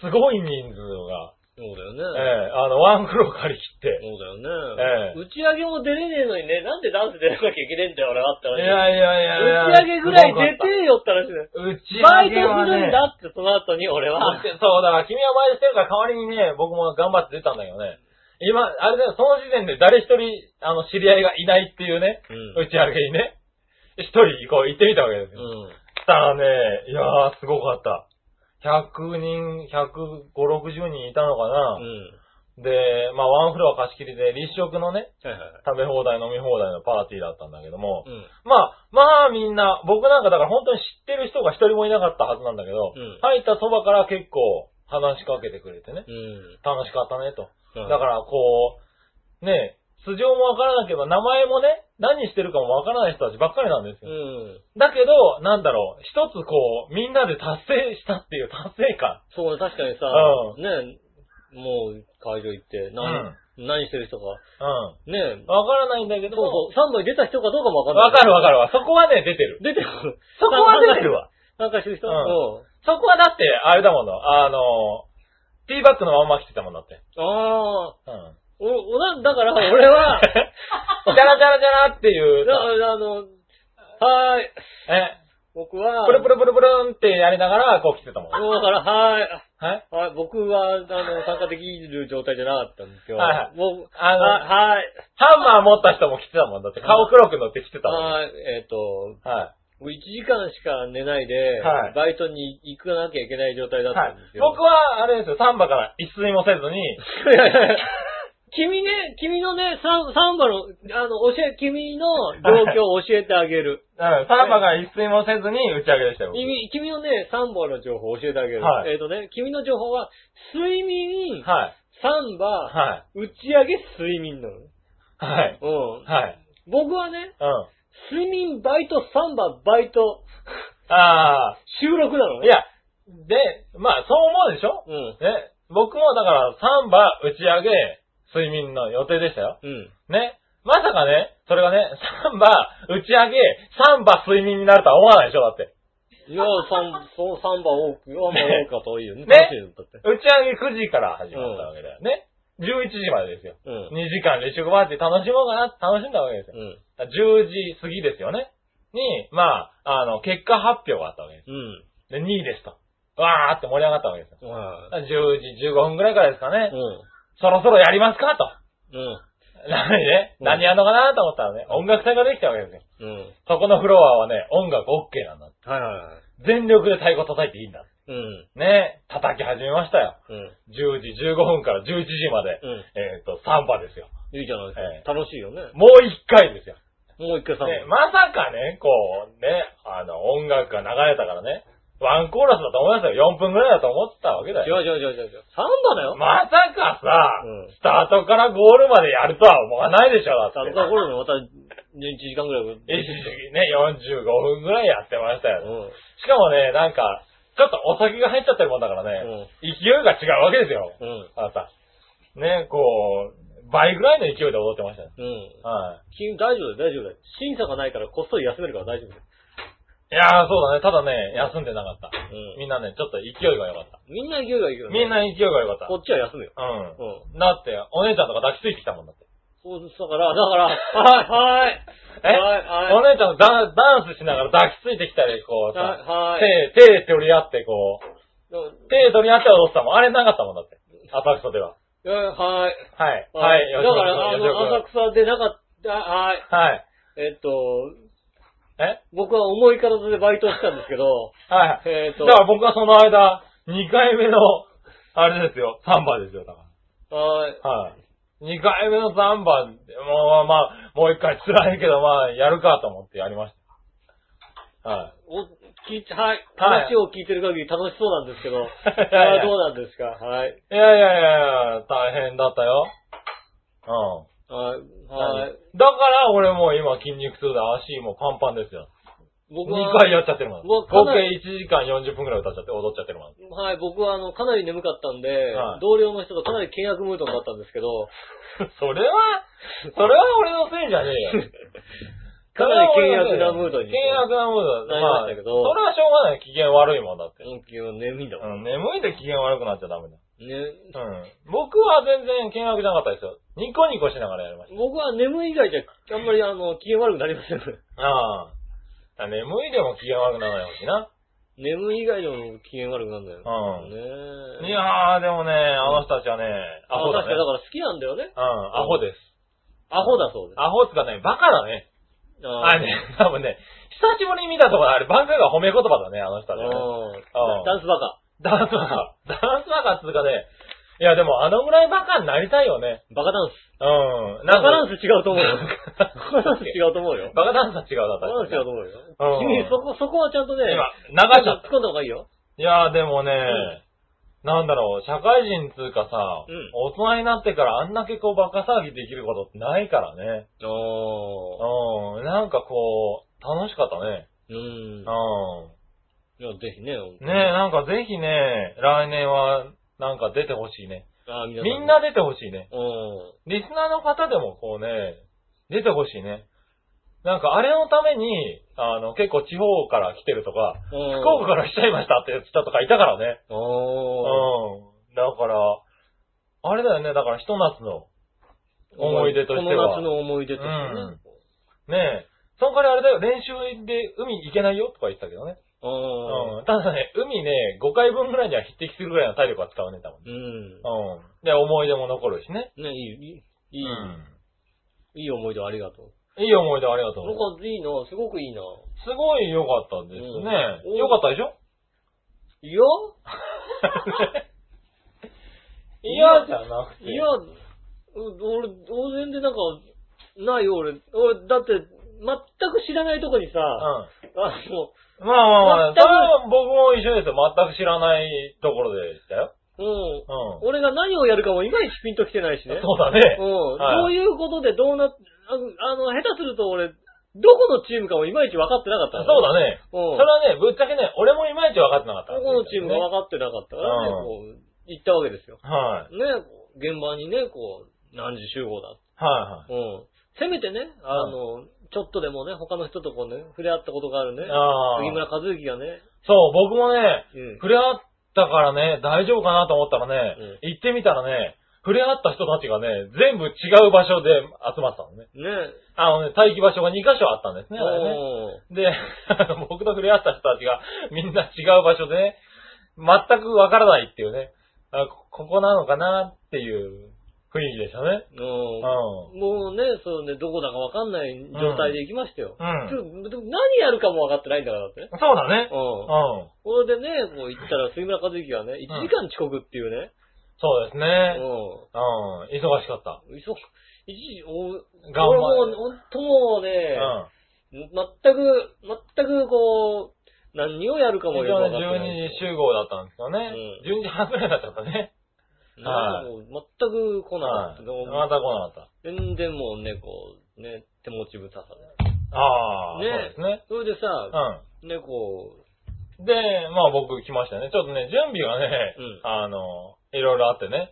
[SPEAKER 3] すごい人数が、
[SPEAKER 2] そうだよね。
[SPEAKER 3] ええあの、ワンクロ借り切って。
[SPEAKER 2] そうだよね
[SPEAKER 3] え。え
[SPEAKER 2] 打ち上げも出れねえのにね、なんでダンス出なきゃいけねえんだよ、俺はって話。
[SPEAKER 3] いやいやいやいや。
[SPEAKER 2] 打ち上げぐらい出てよって話だよ。
[SPEAKER 3] 打ち
[SPEAKER 2] バイト
[SPEAKER 3] 上げは
[SPEAKER 2] するん
[SPEAKER 3] ね、
[SPEAKER 2] だって、その後に俺
[SPEAKER 3] だ
[SPEAKER 2] は
[SPEAKER 3] っ。てそう、だから君は前してるから代わりにね、僕も頑張って出たんだけどね。今、あれだよ、その時点で誰一人、あの、知り合いがいないっていうね、
[SPEAKER 2] うん
[SPEAKER 3] 打ち上げにね、一人、こう、行ってみたわけですよ。
[SPEAKER 2] うん。
[SPEAKER 3] したらね、いやー、すごかった。100人、105、60人いたのかな
[SPEAKER 2] う、ん。
[SPEAKER 3] で、まあ、ワンフロア貸し切りで、立食のね、
[SPEAKER 2] はいはい。
[SPEAKER 3] 食べ放題、飲み放題のパーティーだったんだけども、
[SPEAKER 2] うん。
[SPEAKER 3] まあ、まあみんな、僕なんかだから本当に知ってる人が一人もいなかったはずなんだけど、
[SPEAKER 2] うん
[SPEAKER 3] 入ったそばから結構話しかけてくれてね、
[SPEAKER 2] うん。
[SPEAKER 3] 楽しかったねと。
[SPEAKER 2] だ
[SPEAKER 3] だからこう、ね、素性もわからなければ名前もね、何してるかもわからない人たちばっかりなんです
[SPEAKER 2] うん。
[SPEAKER 3] よ。だけど、なんだろう、一つこう、みんなで達成したっていう達成感。
[SPEAKER 2] そうね、確かにさ、
[SPEAKER 3] う
[SPEAKER 2] ね、もう会場行って、何、何してる人か、
[SPEAKER 3] う
[SPEAKER 2] ね、
[SPEAKER 3] ん。わからないんだけ
[SPEAKER 2] そうそ
[SPEAKER 3] ど、
[SPEAKER 2] う、3枚出た人かどうかもわかんない。
[SPEAKER 3] わかるわかるわ。そこはね、出てる。
[SPEAKER 2] 出てる。
[SPEAKER 3] そこは出てるわ。
[SPEAKER 2] なんかしてる人
[SPEAKER 3] うん
[SPEAKER 2] も、
[SPEAKER 3] そこはだって、あれだもの、あの、ティーバッグのまんま来てたもんだって。
[SPEAKER 2] ああ、
[SPEAKER 3] うん。
[SPEAKER 2] お、おな、だから俺 は、だ
[SPEAKER 3] ジャラジャラジャラっていうさ、
[SPEAKER 2] あの、はーい、
[SPEAKER 3] え、
[SPEAKER 2] 僕は、
[SPEAKER 3] プルプルプルプルンってやりながら、こう来てたもん。はい
[SPEAKER 2] そうだから、はーい。
[SPEAKER 3] はい
[SPEAKER 2] はい、僕は、あの、参加できる状態じゃなかったんですよ。
[SPEAKER 3] はいはい
[SPEAKER 2] もう、
[SPEAKER 3] あの
[SPEAKER 2] ははい、
[SPEAKER 3] ハンマー持った人も来てたもんだって、顔黒く乗って来てたもん。
[SPEAKER 2] はい、えっ、と、
[SPEAKER 3] は
[SPEAKER 2] もう1時間しか寝ないで、
[SPEAKER 3] はい
[SPEAKER 2] バイトに行かなきゃいけない状態
[SPEAKER 3] い。
[SPEAKER 2] だっ
[SPEAKER 3] は
[SPEAKER 2] た
[SPEAKER 3] い
[SPEAKER 2] んです。よ。
[SPEAKER 3] 僕は、あれですよ、サンバから一睡もせずに、
[SPEAKER 2] いやいやいや君ね、君のね、サンサンバの、あの、教え、君の状況を教えてあげる。
[SPEAKER 3] うんサンバから一睡もせずに打ち上げでしたよ。僕
[SPEAKER 2] 君君のね、サンバの情報を教えてあげる。
[SPEAKER 3] はい
[SPEAKER 2] えっ、とね、君の情報は、睡眠、
[SPEAKER 3] はい。
[SPEAKER 2] サンバ、
[SPEAKER 3] はい。
[SPEAKER 2] 打ち上げ、睡眠なの。
[SPEAKER 3] はい。
[SPEAKER 2] うん。
[SPEAKER 3] はい。
[SPEAKER 2] 僕はね、
[SPEAKER 3] うん。
[SPEAKER 2] 睡眠、バイト、サンバ、バイト、
[SPEAKER 3] あ
[SPEAKER 2] 収録なの
[SPEAKER 3] あ。
[SPEAKER 2] ね。
[SPEAKER 3] いや、で、まあ、そう思うでしょ
[SPEAKER 2] うん。
[SPEAKER 3] ね、僕もだから、サンバ打ち上げ、睡眠の予定でしたよ。
[SPEAKER 2] うん。
[SPEAKER 3] ね。まさかね、それがね、サンバ打ち上げ、サンバ睡眠になるとは思わないでしょ、だって。
[SPEAKER 2] いや、サ ン、そう、サンバ多く、あんま多かったいいよ ね。
[SPEAKER 3] ね
[SPEAKER 2] 楽しいんだって。
[SPEAKER 3] 打ち上げ9時から始まったわけだよね。11時までですよ。
[SPEAKER 2] うん
[SPEAKER 3] 2。時間立食バーティー楽しもうかな、楽しんだわけですよ。
[SPEAKER 2] うん。
[SPEAKER 3] だから10時過ぎですよね。に、まあ、あの、結果発表があったわけです。
[SPEAKER 2] うん。
[SPEAKER 3] で、2位ですと。わーって盛り上がったわけですよ。
[SPEAKER 2] は
[SPEAKER 3] 10時15分くらいからですかね
[SPEAKER 2] い。う。ん。
[SPEAKER 3] そろそろやりますかと。
[SPEAKER 2] うん。
[SPEAKER 3] 何ね、
[SPEAKER 2] うん
[SPEAKER 3] 何やんのかなと思ったらね、音楽隊ができたわけですよ。
[SPEAKER 2] うん。
[SPEAKER 3] そこのフロアはね、音楽 OK なんだ。
[SPEAKER 2] はいはいはい。
[SPEAKER 3] 全力で太鼓叩いていいんだ。
[SPEAKER 2] うん。
[SPEAKER 3] ね、叩き始めましたよ。
[SPEAKER 2] うん。
[SPEAKER 3] 10時15分から11時まで、
[SPEAKER 2] うん
[SPEAKER 3] えっ、と、サンバですよ。
[SPEAKER 2] いいじゃないですか。
[SPEAKER 3] え
[SPEAKER 2] 楽しいよね。
[SPEAKER 3] もう一回ですよ。
[SPEAKER 2] もう一回さ、
[SPEAKER 3] で、まさかね、こう、ね、あの、音楽が流れたからね、ワンコーラスだと思いましたよ。4分くらいだと思ってたわけだ
[SPEAKER 2] 違
[SPEAKER 3] よ。
[SPEAKER 2] う違う違う違う違う。サンバだよ。
[SPEAKER 3] まさかさ、
[SPEAKER 2] うん
[SPEAKER 3] スタートからゴールまでやるとは思わないでしょ、だって。
[SPEAKER 2] サンバ頃のまた、ね、1時間ぐらい。
[SPEAKER 3] 1時ね、45分くらいやってましたよ。
[SPEAKER 2] うん。
[SPEAKER 3] しかもね、なんか、ちょっとお酒が入っちゃってるもんだからね、勢いが違うわけですよ。
[SPEAKER 2] うん。
[SPEAKER 3] あなた。ね、こう、倍ぐらいの勢いで踊ってましたね。
[SPEAKER 2] うん。
[SPEAKER 3] は
[SPEAKER 2] 君大丈夫だよ、大丈夫だよ。審査がないからこっそり休めるから大丈夫だよ。
[SPEAKER 3] い。いやー、そうだね。ただね、休んでなかった。
[SPEAKER 2] うん
[SPEAKER 3] みんなね、ちょっと勢いが良かった。
[SPEAKER 2] みんな勢いがいいけどね
[SPEAKER 3] みんな勢いが良かった。
[SPEAKER 2] こっちは休むよ。う
[SPEAKER 3] う
[SPEAKER 2] ん。
[SPEAKER 3] ん。だって、お姉ちゃんとか抱きついてきたもんだって。
[SPEAKER 2] そうだから、だから、はい、はい。
[SPEAKER 3] え
[SPEAKER 2] はい、
[SPEAKER 3] お
[SPEAKER 2] はい。
[SPEAKER 3] 姉ちゃんとダダンスしながら抱きついてきたり、こうさ、
[SPEAKER 2] はい、はい。
[SPEAKER 3] 手、手取り合って、こう、
[SPEAKER 2] うん
[SPEAKER 3] 手取り合って踊ってたもん。あれなかったもんだって。浅草では。
[SPEAKER 2] はい。
[SPEAKER 3] はい。はい。
[SPEAKER 2] だから、あ
[SPEAKER 3] 吉村
[SPEAKER 2] の、
[SPEAKER 3] 君
[SPEAKER 2] 浅草でなかった、あはい。
[SPEAKER 3] はい。
[SPEAKER 2] えっと、
[SPEAKER 3] え
[SPEAKER 2] 僕は重い体でバイトをしたんですけ ど、
[SPEAKER 3] はい。
[SPEAKER 2] えっと
[SPEAKER 3] だから僕はその間、2回目の、あれですよ、サンバですよ、だか
[SPEAKER 2] はい。
[SPEAKER 3] ら。はい。 2回目の3番、もうまあ、もう1回辛いけど、まあ、やるかと思ってやりました。はい。
[SPEAKER 2] お、聞いて、はい。
[SPEAKER 3] はい
[SPEAKER 2] 話を聞いてる限り楽しそうなんです けど、
[SPEAKER 3] いやいや
[SPEAKER 2] あーどうなんですかはい。
[SPEAKER 3] いやいやいやいや、大変だったよ。うん。
[SPEAKER 2] はい。
[SPEAKER 3] は
[SPEAKER 2] はい
[SPEAKER 3] い。。だから、俺もう今筋肉痛で足もうパンパンですよ。
[SPEAKER 2] 僕は、
[SPEAKER 3] 2回やっちゃってるもん。合
[SPEAKER 2] 僕はかな
[SPEAKER 3] 計
[SPEAKER 2] り
[SPEAKER 3] 1時間40分くらい歌っちゃって、踊っちゃってるもん。
[SPEAKER 2] はい、僕はあの、かなり眠かったんで、
[SPEAKER 3] はい
[SPEAKER 2] 同僚の人がかなり険悪ムードになったんですけ ど、
[SPEAKER 3] それ は、それは俺のせいじゃねえよ。
[SPEAKER 2] かなり険悪なムードに。
[SPEAKER 3] 険悪なムードだ。
[SPEAKER 2] なりましたけど
[SPEAKER 3] それはしょうがない。機嫌悪いもんだって。
[SPEAKER 2] うん、昨日眠いんだ
[SPEAKER 3] う
[SPEAKER 2] もん。
[SPEAKER 3] ん、眠いで機嫌悪くなっちゃダメだ。
[SPEAKER 2] ね、
[SPEAKER 3] うん。僕は全然険悪じゃなかったですよ。ニコニコしながらやりまし
[SPEAKER 2] 僕は眠い以外じゃ、あんまりあの、機嫌悪くなりません。
[SPEAKER 3] た。ああ。眠いでも機嫌悪くならないほしいな。
[SPEAKER 2] 眠い以外でも機嫌悪くなるんだよ。
[SPEAKER 3] うん
[SPEAKER 2] ねえ。
[SPEAKER 3] いやー、でもね、あの人たちはね、ア
[SPEAKER 2] あ、
[SPEAKER 3] ホだ
[SPEAKER 2] 確か。
[SPEAKER 3] ね
[SPEAKER 2] にだから好きなんだよね。
[SPEAKER 3] うん、アホです。
[SPEAKER 2] アホだそうです。
[SPEAKER 3] アホっつうかね、バカだね。
[SPEAKER 2] あ
[SPEAKER 3] あれね、多分ね、久しぶりに見たところ、あれ、番組が褒め言葉だね、あの人
[SPEAKER 2] あ
[SPEAKER 3] たちはね。うん
[SPEAKER 2] ダンスバカ。
[SPEAKER 3] ダンスバカ。ダンスバカっつうかね、いや、でもあのぐらいバカになりたいよね。
[SPEAKER 2] バカダンス。
[SPEAKER 3] うん。
[SPEAKER 2] バカダン
[SPEAKER 3] ス
[SPEAKER 2] ス違うと思うよ。
[SPEAKER 3] バ
[SPEAKER 2] バカダンス違うと思うよ。
[SPEAKER 3] バカダンスは違うだ
[SPEAKER 2] バ
[SPEAKER 3] った。
[SPEAKER 2] カダンス違うと思うよ。
[SPEAKER 3] うん
[SPEAKER 2] 君、そこ、そこはちゃんとね、
[SPEAKER 3] 今、流しちゃ
[SPEAKER 2] 突
[SPEAKER 3] っ
[SPEAKER 2] っ込んだ方がいいよ。
[SPEAKER 3] た。いや、でもね、
[SPEAKER 2] ん
[SPEAKER 3] なんだろう、社会人っつうかさ、
[SPEAKER 2] うん
[SPEAKER 3] 大人になってからあんだけこうバカ騒ぎできることってないからね。
[SPEAKER 2] ああ。
[SPEAKER 3] うん。なんかこう、楽しかったね。
[SPEAKER 2] うん。
[SPEAKER 3] うん。
[SPEAKER 2] いや、ぜひね、ほんと
[SPEAKER 3] ねえ、
[SPEAKER 2] に
[SPEAKER 3] なんかぜひね、来年は、なんか出てほしいね。
[SPEAKER 2] あー皆さ
[SPEAKER 3] みんな出てほしいね。
[SPEAKER 2] うん。
[SPEAKER 3] リスナーの方でもこうね、出てほしいね。なんかあれのために、あの、結構地方から来てるとか、
[SPEAKER 2] うん
[SPEAKER 3] 福岡から来ちゃいましたって人とかいたからね。うん
[SPEAKER 2] おー。。
[SPEAKER 3] だから、あれだよね、だからひと夏の、思い出としては
[SPEAKER 2] この夏の思い出としてはね。
[SPEAKER 3] ねえ、その代わりあれだよ、練習で海行けないよとか言ってたけどね。
[SPEAKER 2] うん。
[SPEAKER 3] うん。ただね、海ね、5回分ぐらいには匹敵するぐらいの体力は使わねえんだもんね。
[SPEAKER 2] うん。
[SPEAKER 3] うん。で、思い出も残るしね。
[SPEAKER 2] ね、いい、いい、
[SPEAKER 3] うん
[SPEAKER 2] いい思い出をありがとう。
[SPEAKER 3] いい思い出ありがとう。
[SPEAKER 2] 僕はいいな、すごくいいな。
[SPEAKER 3] すごい良かったです
[SPEAKER 2] うん
[SPEAKER 3] ね。良かったでしょ
[SPEAKER 2] いやいや
[SPEAKER 3] 嫌じゃなくて。
[SPEAKER 2] いや、う俺、俺全然なんか、ないよ、俺。俺、だって、全く知らないとこにさ、
[SPEAKER 3] う
[SPEAKER 2] あの、
[SPEAKER 3] ん。まあまあまあ、
[SPEAKER 2] 全く
[SPEAKER 3] それは僕も一緒ですよ。全く知らないところでしたよ。
[SPEAKER 2] うん。
[SPEAKER 3] う
[SPEAKER 2] 俺が何をやるかもいまいちピンときてないしね。
[SPEAKER 3] ん。そうだ
[SPEAKER 2] う
[SPEAKER 3] ね。
[SPEAKER 2] ん。どう
[SPEAKER 3] はい
[SPEAKER 2] いうことでどうなっ、あの、あの下手すると俺、どこのチームかもいまいち分かってなかった
[SPEAKER 3] そ
[SPEAKER 2] の
[SPEAKER 3] う
[SPEAKER 2] ね。
[SPEAKER 3] だね。
[SPEAKER 2] う
[SPEAKER 3] そ
[SPEAKER 2] ん。
[SPEAKER 3] れはね、ぶっちゃけね、俺もいまいち分かってなかった。
[SPEAKER 2] どこのチームが分かってなかったからね、こ
[SPEAKER 3] うん
[SPEAKER 2] う、行ったわけですよ。
[SPEAKER 3] はい。
[SPEAKER 2] ね、こう現場にね、こう、何時集合だ。
[SPEAKER 3] は
[SPEAKER 2] うん。せめてね、あの、ちょっとでもね、他の人とこうね、触れ合ったことがあるね
[SPEAKER 3] いはい。。あ
[SPEAKER 2] 杉村
[SPEAKER 3] あ。
[SPEAKER 2] 和之がね、
[SPEAKER 3] そう、僕もね、
[SPEAKER 2] うん。
[SPEAKER 3] 触れ合ったからね、大丈夫かなと思ったらね、行ってみたらね、触れ合った人たちがね、全部違う場所で集まってたのね。
[SPEAKER 2] ね。
[SPEAKER 3] あのね、待機場所が2箇所あったんですね、あれね。
[SPEAKER 2] う。
[SPEAKER 3] で、 あの僕と触れ合った人たちがみんな違う場所でね、全くわからないっていうね、あこここなのかなっていう雰囲気でしたね。うんん。
[SPEAKER 2] うん。もうね、そうね、どこだかわかんない状態で行きましたよ。
[SPEAKER 3] うん
[SPEAKER 2] ちょでも何やるかも分かってないんだからだってね。
[SPEAKER 3] そうだね
[SPEAKER 2] う。
[SPEAKER 3] うん
[SPEAKER 2] ん。。これでね、こう行ったら杉村和之がね、1時間遅刻っていうね。
[SPEAKER 3] そうです
[SPEAKER 2] う
[SPEAKER 3] ね。
[SPEAKER 2] ん。
[SPEAKER 3] うん。忙しかった。
[SPEAKER 2] いそ、一時、お、
[SPEAKER 3] 頑張
[SPEAKER 2] 俺
[SPEAKER 3] れ
[SPEAKER 2] も、ほんともうね、
[SPEAKER 3] うん。
[SPEAKER 2] 全く、全くこう、何をやるかも
[SPEAKER 3] 一
[SPEAKER 2] よく
[SPEAKER 3] 応
[SPEAKER 2] わ
[SPEAKER 3] ね
[SPEAKER 2] かってない
[SPEAKER 3] 12時集合だったんですよね。
[SPEAKER 2] う
[SPEAKER 3] 12時半くらいだったからね。
[SPEAKER 2] なんかもう全く来なかっ
[SPEAKER 3] はい
[SPEAKER 2] た。
[SPEAKER 3] また来なかっ
[SPEAKER 2] 全然もうね、こう、ね、手持ちぶたさ
[SPEAKER 3] た。ああ、
[SPEAKER 2] ね
[SPEAKER 3] そうですね。
[SPEAKER 2] で。それで
[SPEAKER 3] う
[SPEAKER 2] さ、
[SPEAKER 3] ん。
[SPEAKER 2] ね、こ
[SPEAKER 3] で、まあ僕来ましたね。ちょっとね、準備がね、
[SPEAKER 2] うん
[SPEAKER 3] あの、いろいろあってね。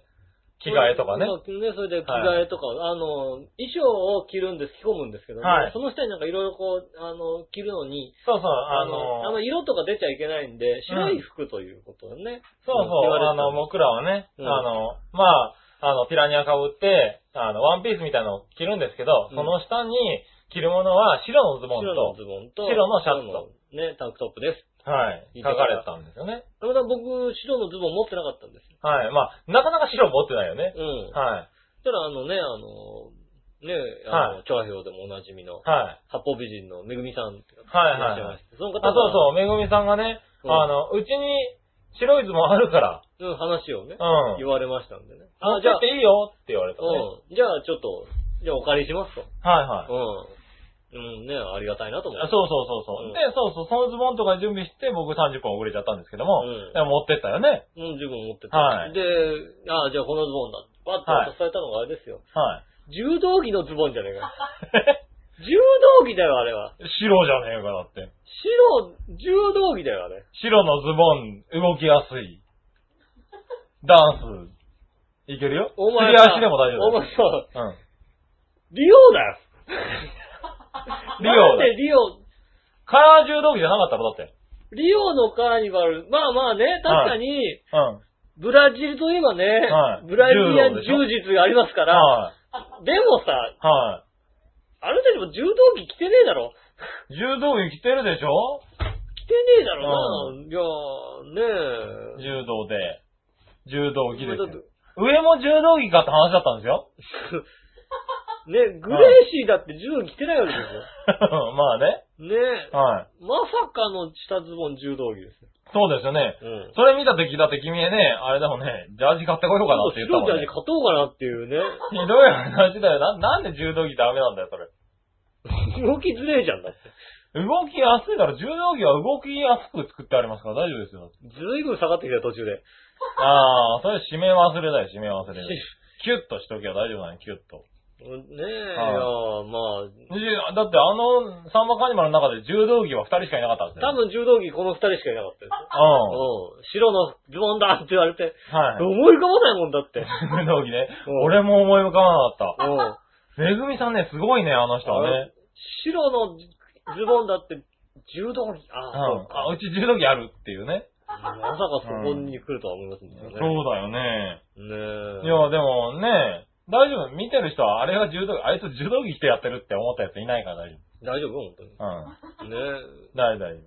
[SPEAKER 2] う、
[SPEAKER 3] 着替えとかね。
[SPEAKER 2] まあね、それで着替えとか、あの、衣装を着るんです、着込むんですけども、
[SPEAKER 3] はい
[SPEAKER 2] その下になんかいろいろこう、あの、着るのに、
[SPEAKER 3] そうそう、あの、
[SPEAKER 2] あの、色とか出ちゃいけないんで、白い服ということをね。
[SPEAKER 3] そ
[SPEAKER 2] う
[SPEAKER 3] う
[SPEAKER 2] ん
[SPEAKER 3] そ
[SPEAKER 2] 言
[SPEAKER 3] う、
[SPEAKER 2] われて
[SPEAKER 3] あ
[SPEAKER 2] た
[SPEAKER 3] の、僕らはね、
[SPEAKER 2] うん
[SPEAKER 3] あの、まあ、あの、ピラニア被って、あの、ワンピースみたいなのを着るんですけど、
[SPEAKER 2] うん
[SPEAKER 3] その下に着るものは白のズボン
[SPEAKER 2] 白の
[SPEAKER 3] と
[SPEAKER 2] ズ、ボンと、
[SPEAKER 3] 白のシャツと
[SPEAKER 2] 白のね、タンクトップです。
[SPEAKER 3] は
[SPEAKER 2] いい
[SPEAKER 3] い、書
[SPEAKER 2] とこ
[SPEAKER 3] かれてたんですよね。
[SPEAKER 2] たまたま僕、白のズボン持ってなかったんですよ。
[SPEAKER 3] はい、まあ、なかなか白持ってないよね。
[SPEAKER 2] うん。そ
[SPEAKER 3] はい、
[SPEAKER 2] したら、あのね、あの、ね、あ
[SPEAKER 3] は
[SPEAKER 2] の、調和表でもおなじみの、
[SPEAKER 3] はい。
[SPEAKER 2] 八方美人のめぐみさんって方がらっ
[SPEAKER 3] はい
[SPEAKER 2] しゃいまして、その方
[SPEAKER 3] あ、そうそう、めぐみさんがね、
[SPEAKER 2] うん
[SPEAKER 3] あの、うちに白いズボンあるから、
[SPEAKER 2] うん、話をね、
[SPEAKER 3] うん
[SPEAKER 2] 言われましたんでね。
[SPEAKER 3] あ、
[SPEAKER 2] あ、じ
[SPEAKER 3] じゃ
[SPEAKER 2] ゃ
[SPEAKER 3] っ
[SPEAKER 2] あ
[SPEAKER 3] て、いいよって言われたね。
[SPEAKER 2] うん、じゃあちょっと、じゃあお借りしますと。
[SPEAKER 3] はいはい。
[SPEAKER 2] うん。うん、ね、ありがたいなと思って。
[SPEAKER 3] あそうそうそうそ
[SPEAKER 2] うん
[SPEAKER 3] う、で、そうそう、そのズボンとか準備して、僕30分遅れちゃったんですけども、
[SPEAKER 2] うん
[SPEAKER 3] でも持ってったよね。
[SPEAKER 2] うん、自分持ってた。
[SPEAKER 3] はい
[SPEAKER 2] で、あじゃあこのズボンだ。バッと渡されたのがあれですよ。
[SPEAKER 3] はい。
[SPEAKER 2] 柔道着のズボンじゃねえ か。柔道着だよ、あれは。
[SPEAKER 3] 白じゃねえかだって。
[SPEAKER 2] 白、柔道着だよ、あれ。
[SPEAKER 3] 白のズボン、動きやすい。ダンス、いけるよ。
[SPEAKER 2] お前
[SPEAKER 3] す
[SPEAKER 2] さ
[SPEAKER 3] り足でも大丈
[SPEAKER 2] お
[SPEAKER 3] 夫だよ
[SPEAKER 2] 前さ、
[SPEAKER 3] うん。
[SPEAKER 2] リオだよ。
[SPEAKER 3] リ
[SPEAKER 2] な
[SPEAKER 3] オ
[SPEAKER 2] んでリオ、
[SPEAKER 3] カラー柔道着じゃなかったろだって。
[SPEAKER 2] リオのカーニバル、まあまあね、確かに、
[SPEAKER 3] うん。
[SPEAKER 2] ブラジルといえばね、
[SPEAKER 3] はい
[SPEAKER 2] ブラジリアン
[SPEAKER 3] 柔
[SPEAKER 2] 柔
[SPEAKER 3] 道
[SPEAKER 2] 術がありますから、
[SPEAKER 3] は
[SPEAKER 2] でもさ、
[SPEAKER 3] い。は
[SPEAKER 2] あなたにも柔道着着てねえだろ。
[SPEAKER 3] い。柔道着着てるでしょ
[SPEAKER 2] 着てねえだろな。いやー、ねえ。
[SPEAKER 3] 柔道で。柔道着ですよ
[SPEAKER 2] ね。
[SPEAKER 3] 上も柔道着かって話だったんですよ。
[SPEAKER 2] グレーシーだって柔道着着てないわけです
[SPEAKER 3] まあね。
[SPEAKER 2] よ。ねえ。
[SPEAKER 3] はい。
[SPEAKER 2] まさかの下ズボン柔道着ですよ。
[SPEAKER 3] そうですよね。
[SPEAKER 2] うん。
[SPEAKER 3] それ見た時だって君ね、あれだもんね、ジャージ買ってこようかなって言った
[SPEAKER 2] 白
[SPEAKER 3] もん
[SPEAKER 2] いジャージ
[SPEAKER 3] ね。
[SPEAKER 2] 勝とうかなっていうね。
[SPEAKER 3] ひどい話だよ。な、なんで柔道着ダメなんだよ、それ。
[SPEAKER 2] 動きづれえじゃんだって。
[SPEAKER 3] 動きやすいから、柔道着は動きやすく作ってありますから大丈夫ですよ。
[SPEAKER 2] ずいぶん下がってきたよ途中で。
[SPEAKER 3] ああ、それ締め忘れだよ、締め忘れだよ。キュッとしときゃ大丈夫なのよ、キュッと。
[SPEAKER 2] うんねえ、いや
[SPEAKER 3] はい
[SPEAKER 2] まあ、
[SPEAKER 3] でだってあの、サンバカニバルの中で柔道着は二人しかいなかったんですよ。
[SPEAKER 2] 多分柔道着この二人しかいなかったです。
[SPEAKER 3] うん。
[SPEAKER 2] うん。白のズボンだって言われて、
[SPEAKER 3] はい。
[SPEAKER 2] 思い浮かばないもんだって。
[SPEAKER 3] 柔道着ね
[SPEAKER 2] うん。
[SPEAKER 3] 俺も思い浮かばなか
[SPEAKER 2] う
[SPEAKER 3] っ
[SPEAKER 2] ん。
[SPEAKER 3] た。めぐみさんね、すごいね、あの人は
[SPEAKER 2] あ
[SPEAKER 3] ね
[SPEAKER 2] れ。白のズボンだって、柔道着、あ
[SPEAKER 3] うん。
[SPEAKER 2] あ、そうか
[SPEAKER 3] あ、うち柔道着あるっていうね。
[SPEAKER 2] まさかそこに来るとは思いますんだ
[SPEAKER 3] そう
[SPEAKER 2] よね。
[SPEAKER 3] だよね。
[SPEAKER 2] ねえ。
[SPEAKER 3] いや、でもね、大丈夫。見てる人は、あれが柔道着、あいつ柔道着着てやってるって思ったやついないから大丈
[SPEAKER 2] 大丈夫本当に。ね
[SPEAKER 3] 夫。うん。
[SPEAKER 2] え。
[SPEAKER 3] 大丈夫、大丈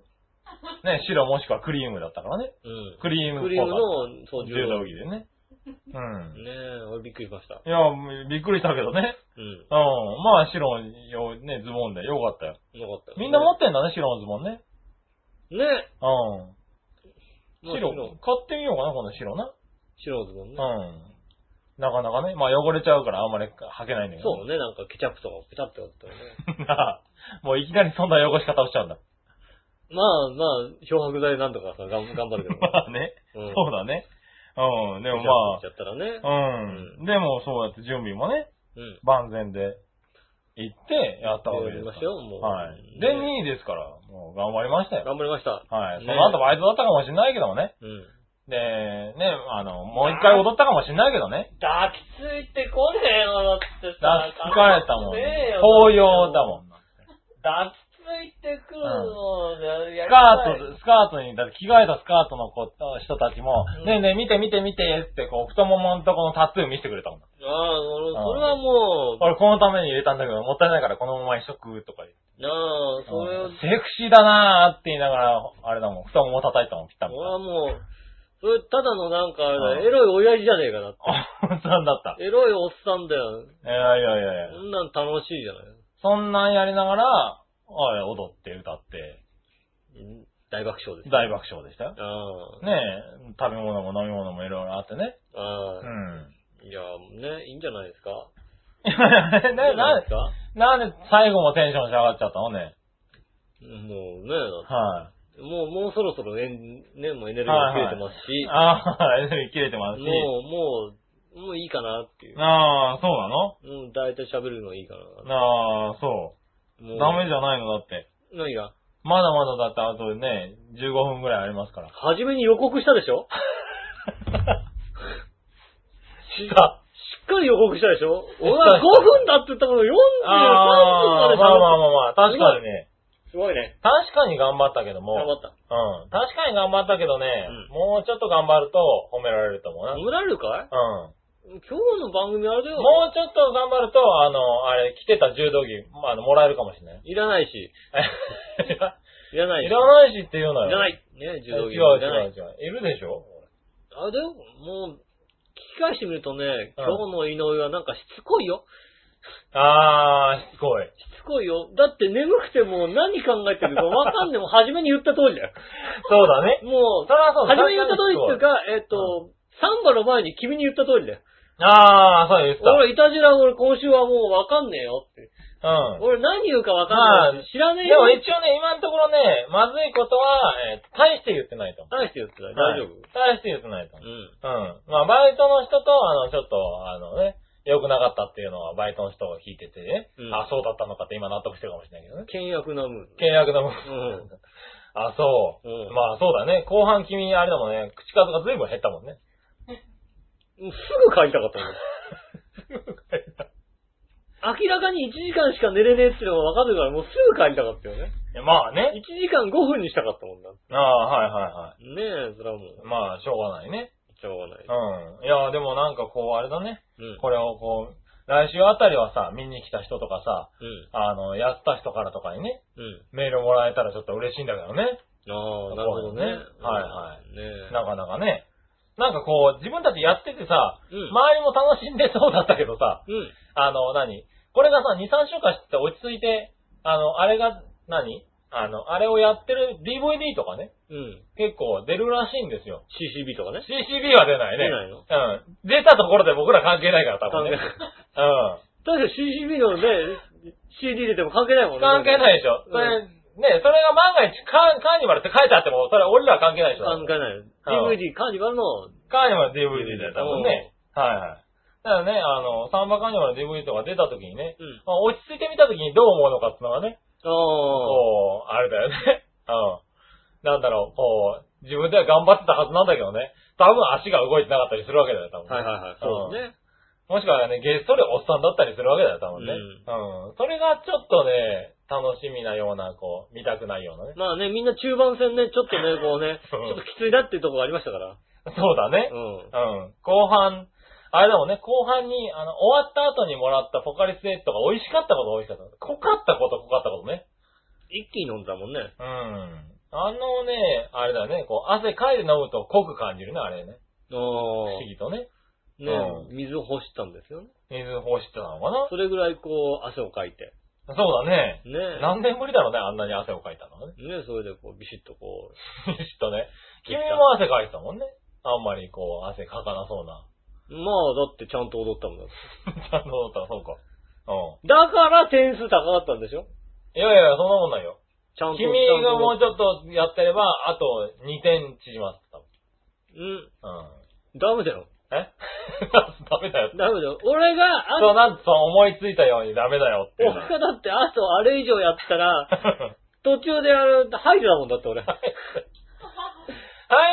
[SPEAKER 3] 夫。ね、白もしくはクリームだったからね。
[SPEAKER 2] うん。
[SPEAKER 3] クリームっ
[SPEAKER 2] クリー
[SPEAKER 3] ぽ
[SPEAKER 2] ム
[SPEAKER 3] か
[SPEAKER 2] の、そう、
[SPEAKER 3] っ
[SPEAKER 2] 柔
[SPEAKER 3] た。柔
[SPEAKER 2] 道
[SPEAKER 3] 道
[SPEAKER 2] 着。
[SPEAKER 3] 着でね。うん。
[SPEAKER 2] ねえ、俺びっくりしました。
[SPEAKER 3] いや、びっくりしたけどね。
[SPEAKER 2] うん。
[SPEAKER 3] うん。まあ、白よ、ね、ズボンでよかったよ。
[SPEAKER 2] よかったよね。
[SPEAKER 3] みんな持ってんだね、白のズボンね。
[SPEAKER 2] ねえ。
[SPEAKER 3] うん。
[SPEAKER 2] まあ
[SPEAKER 3] 白、買ってみようかな、この白な。
[SPEAKER 2] 白のズボンね。
[SPEAKER 3] うん。なかなかね。まあ、汚れちゃうからあんまり履けないんだけど。
[SPEAKER 2] そうね、なんかケチャップとかペタってやったらね。
[SPEAKER 3] う。 もういきなりそんな汚し方をしちゃうん だ。
[SPEAKER 2] まあまあ、漂白剤なんとかさ、がん頑張るけど。
[SPEAKER 3] まあね。
[SPEAKER 2] うん
[SPEAKER 3] そうだね。うん、でも
[SPEAKER 2] ケチャップついちゃったらね。
[SPEAKER 3] まあ、うん。でもそうやって準備もね、
[SPEAKER 2] うん。
[SPEAKER 3] 万全で行ってやったわけです
[SPEAKER 2] やり
[SPEAKER 3] か
[SPEAKER 2] ま
[SPEAKER 3] ら。
[SPEAKER 2] したよもう
[SPEAKER 3] はい。
[SPEAKER 2] ね
[SPEAKER 3] で、2位ですから、もう頑張りましたよ。
[SPEAKER 2] 頑張りました。
[SPEAKER 3] はい。
[SPEAKER 2] ね
[SPEAKER 3] その後バイトだったかもしれないけどもね。
[SPEAKER 2] うん。
[SPEAKER 3] で、ね、あの、もう一回踊ったかもしれないけどね。
[SPEAKER 2] 抱きついてこねえよ、だって
[SPEAKER 3] だ
[SPEAKER 2] さ。
[SPEAKER 3] 疲れたもん。
[SPEAKER 2] ねえよ
[SPEAKER 3] 紅葉だもん。
[SPEAKER 2] 抱きついてくるの、や
[SPEAKER 3] ス
[SPEAKER 2] り
[SPEAKER 3] カ
[SPEAKER 2] たい
[SPEAKER 3] ート、スカートに、だって着替えたスカートの子と人たちも、
[SPEAKER 2] うん
[SPEAKER 3] ねえねえ見て見て見てって、こう、太もものとこのタトゥー見せてくれたもん。
[SPEAKER 2] ああ、俺、
[SPEAKER 3] うん
[SPEAKER 2] それはもう、
[SPEAKER 3] 俺このために入れたんだけど、もったいないからこのまま一食とか言って
[SPEAKER 2] なあ、それを、
[SPEAKER 3] セクシーだなーって言いながら、あれだもん、太もも叩いたもん、ピタ
[SPEAKER 2] 俺は
[SPEAKER 3] ッ
[SPEAKER 2] もう、それただのなんかあれだよ
[SPEAKER 3] うん
[SPEAKER 2] エロい親父じゃねえかなって。
[SPEAKER 3] あ、さんだった。
[SPEAKER 2] エロいおっさんだよ。
[SPEAKER 3] いやいやいやい
[SPEAKER 2] そ
[SPEAKER 3] や。
[SPEAKER 2] んなん楽しいじゃない。
[SPEAKER 3] そんなんやりながら、あれ、踊って歌って、
[SPEAKER 2] うん大爆笑です。
[SPEAKER 3] 大爆笑でしたよ。
[SPEAKER 2] ああ。
[SPEAKER 3] ねえ、食べ物も飲み物もいろいろあってね。
[SPEAKER 2] あ
[SPEAKER 3] う
[SPEAKER 2] あ。
[SPEAKER 3] ん。
[SPEAKER 2] いや、ね、いいんじゃないですか。
[SPEAKER 3] いやいや
[SPEAKER 2] いい じゃな
[SPEAKER 3] なん
[SPEAKER 2] い
[SPEAKER 3] なん
[SPEAKER 2] ですか
[SPEAKER 3] なんで最後もテンション下がっちゃったのね。
[SPEAKER 2] もうね、だって
[SPEAKER 3] は
[SPEAKER 2] もう、もうそろそろエン、ね、もうエネルギーが切れてます
[SPEAKER 3] い。
[SPEAKER 2] し、
[SPEAKER 3] ああ、エネルギー切れてますし。
[SPEAKER 2] もう、もう、もういいかなっていう。
[SPEAKER 3] ああ、そうなの
[SPEAKER 2] もう大体喋るのいいかな。
[SPEAKER 3] ああ、そ
[SPEAKER 2] も
[SPEAKER 3] う。
[SPEAKER 2] う
[SPEAKER 3] ダメじゃないのだって。
[SPEAKER 2] 何が
[SPEAKER 3] まだまだだってあとね、15分ぐらいありますから。
[SPEAKER 2] 初めに予告したでし ょし
[SPEAKER 3] した
[SPEAKER 2] しっかり予告したでしょ俺
[SPEAKER 3] し
[SPEAKER 2] は
[SPEAKER 3] た
[SPEAKER 2] 5分だって言ったもの43分ま
[SPEAKER 3] あ
[SPEAKER 2] で
[SPEAKER 3] ーまあまあ
[SPEAKER 2] 喋っ
[SPEAKER 3] まあまあ、確かにね。
[SPEAKER 2] た。すごいね。
[SPEAKER 3] 確かに頑張ったけども。
[SPEAKER 2] 頑張った。
[SPEAKER 3] うん。確かに頑張ったけどね、
[SPEAKER 2] うん
[SPEAKER 3] もうちょっと頑張ると褒められると思うな。うん。
[SPEAKER 2] 褒められるかい今日の番組あれだよ。
[SPEAKER 3] もうちょっと頑張ると、あの、あれ、着てた柔道着、まああの、もらえるかもしれない。
[SPEAKER 2] いらないし。いらない
[SPEAKER 3] い
[SPEAKER 2] し。
[SPEAKER 3] らないしって言うのよ。。
[SPEAKER 2] いらないい。ね、
[SPEAKER 3] 違
[SPEAKER 2] 柔
[SPEAKER 3] う
[SPEAKER 2] 道着。
[SPEAKER 3] 違
[SPEAKER 2] いうらない
[SPEAKER 3] 違う違う。いるでしょ
[SPEAKER 2] あれだよ、もう、聞き返してみるとね、
[SPEAKER 3] うん
[SPEAKER 2] 今日の井上はなんかしつこいよ。
[SPEAKER 3] あー、しつこい。
[SPEAKER 2] しつこいよ。だって眠くてもう何考えてるかわかんでも、初めに言った通りだよ。
[SPEAKER 3] そうだね。
[SPEAKER 2] もう、
[SPEAKER 3] それはそうだ
[SPEAKER 2] 初めに言った通りっていうか、えっと、サンバの前に君に言った通りだよ。
[SPEAKER 3] あー、そうですか。
[SPEAKER 2] 俺、いたじら俺今週はもうわかんねえよって。
[SPEAKER 3] うん。
[SPEAKER 2] 俺何言うかわかんないし、知らねえ
[SPEAKER 3] で
[SPEAKER 2] よ
[SPEAKER 3] も。一応ね、今のところね、まずいことは、えー大して言ってないと思う。
[SPEAKER 2] 大して言ってない。大丈夫、
[SPEAKER 3] はい大して言ってないと思う。
[SPEAKER 2] うん。
[SPEAKER 3] うん。まあ、バイトの人と、あの、ちょっと、あのね、良くなかったっていうのは、バイトの人が聞いててね、
[SPEAKER 2] うん
[SPEAKER 3] あ、そうだったのかって今納得してるかもしれないけどね。
[SPEAKER 2] 倹約なムー
[SPEAKER 3] 契約の部
[SPEAKER 2] う
[SPEAKER 3] 分。
[SPEAKER 2] ん。
[SPEAKER 3] あ、そう。
[SPEAKER 2] うん
[SPEAKER 3] まあ、そうだね。後半君、あれだもんね、口数が随分減ったもんね。
[SPEAKER 2] すぐ帰りたかったもん。明らかに1時間しか寝れねえっていうのが分かるから、もうすぐ帰りたかったよね。
[SPEAKER 3] いやまあね。
[SPEAKER 2] 1時間5分にしたかったもんな。ね
[SPEAKER 3] ああ、はいはいは
[SPEAKER 2] え、それはもう
[SPEAKER 3] い。、まあ、しょうがないね。
[SPEAKER 2] しょうがない。
[SPEAKER 3] うん。いや、でもなんかこう、あれだね。
[SPEAKER 2] うん。
[SPEAKER 3] これをこう、来週あたりはさ、見に来た人とかさ、
[SPEAKER 2] うん。
[SPEAKER 3] あの、やった人からとかにね、
[SPEAKER 2] うん。
[SPEAKER 3] メールもらえたらちょっと嬉しいんだけどね。
[SPEAKER 2] ああ、なるほどね。。
[SPEAKER 3] はいはい
[SPEAKER 2] ねえ。
[SPEAKER 3] なかなかね。なんかこう、自分たちやっててさ、
[SPEAKER 2] うん
[SPEAKER 3] 周りも楽しんでそうだったけどさ、
[SPEAKER 2] うん。
[SPEAKER 3] あの、何これがさ、2、3週間して落ち着いて、あの、あれが何、あの、あれをやってる DVD とかね、
[SPEAKER 2] うん。
[SPEAKER 3] 結構出るらしいんですよ。
[SPEAKER 2] CCB とかね。
[SPEAKER 3] CCB は出ない
[SPEAKER 2] 出
[SPEAKER 3] ね。
[SPEAKER 2] ないの
[SPEAKER 3] うん。出たところで僕ら関係ないから、多分ね。
[SPEAKER 2] 関
[SPEAKER 3] う
[SPEAKER 2] 確か
[SPEAKER 3] ん。
[SPEAKER 2] に CCB のね、CD 入れても関係ないもんね。
[SPEAKER 3] 関係ないでしょ。それ、
[SPEAKER 2] う
[SPEAKER 3] ね、それが万が一カー、カーニバルって書いてあっても、それは俺らは関係ないでしょ。
[SPEAKER 2] 関係ない。
[SPEAKER 3] うん
[SPEAKER 2] DVD、カーニバルの、
[SPEAKER 3] カーニバル DVD だよ、多分ね。はいはい。だからね、あの、サンバカーニバル DVD とか出た時にね、
[SPEAKER 2] うん。
[SPEAKER 3] まあ、落ち着いてみた時にどう思うのかっていうのはね、
[SPEAKER 2] ああ。
[SPEAKER 3] こう、あれだよね。 うん。なんだろう、こう、自分では頑張ってたはずなんだけどね、多分足が動いてなかったりするわけだよ、多分。
[SPEAKER 2] はいはいはい。そうだね。
[SPEAKER 3] もしくはね、ゲストでおっさんだったりするわけだよ、多分ね。うん。それがちょっとね、楽しみなような、こう、見たくないようなね。
[SPEAKER 2] まあね、みんな中盤戦ね、ちょっとね、こうね、ち
[SPEAKER 3] うん
[SPEAKER 2] ょっときついなっていうところがありましたから。
[SPEAKER 3] そうだね
[SPEAKER 2] う。ん。
[SPEAKER 3] うん。後半、あれだもんね、後半に、あの、終わった後にもらったポカリスエットが美味しかったこと美味しかった。濃かったこと濃かったことね。
[SPEAKER 2] 一気に飲んだもんね。
[SPEAKER 3] うん。あのね、あれだね、こう、汗かいて飲むと濃く感じるね、あれね。
[SPEAKER 2] あ
[SPEAKER 3] 不
[SPEAKER 2] あ。
[SPEAKER 3] 思議とね。
[SPEAKER 2] ね、
[SPEAKER 3] う
[SPEAKER 2] 水を干したんですよね。
[SPEAKER 3] 水放出なのかな
[SPEAKER 2] それぐらいこう、汗をかいて。
[SPEAKER 3] そうだね。
[SPEAKER 2] ね
[SPEAKER 3] 何年ぶりだろうね、あんなに汗をかいたのはね。
[SPEAKER 2] ねそれでこう、ビシッとこ
[SPEAKER 3] きっとね。君も汗かいてたもんね。あんまりこう、汗かかなそうな。
[SPEAKER 2] う。まあ、だってちゃんと踊ったもんだ。
[SPEAKER 3] ちゃんと踊ったらそうか。うん。
[SPEAKER 2] だから点数高かったんでしょ
[SPEAKER 3] いやいやいや、そんなもんないよ。
[SPEAKER 2] ちゃんと。
[SPEAKER 3] 君がもうちょっとやってれば、あと2点縮まってたもん。
[SPEAKER 2] うん。
[SPEAKER 3] うん。
[SPEAKER 2] ダメだよ。
[SPEAKER 3] え ダメだよ。
[SPEAKER 2] ダメだよ。俺が、あ
[SPEAKER 3] そう、なんとそう思いついたようにダメだよっていう
[SPEAKER 2] 俺
[SPEAKER 3] の。
[SPEAKER 2] がだって、あとあれ以上やった ら、途中であの、吐いてたもんだって俺。
[SPEAKER 3] 吐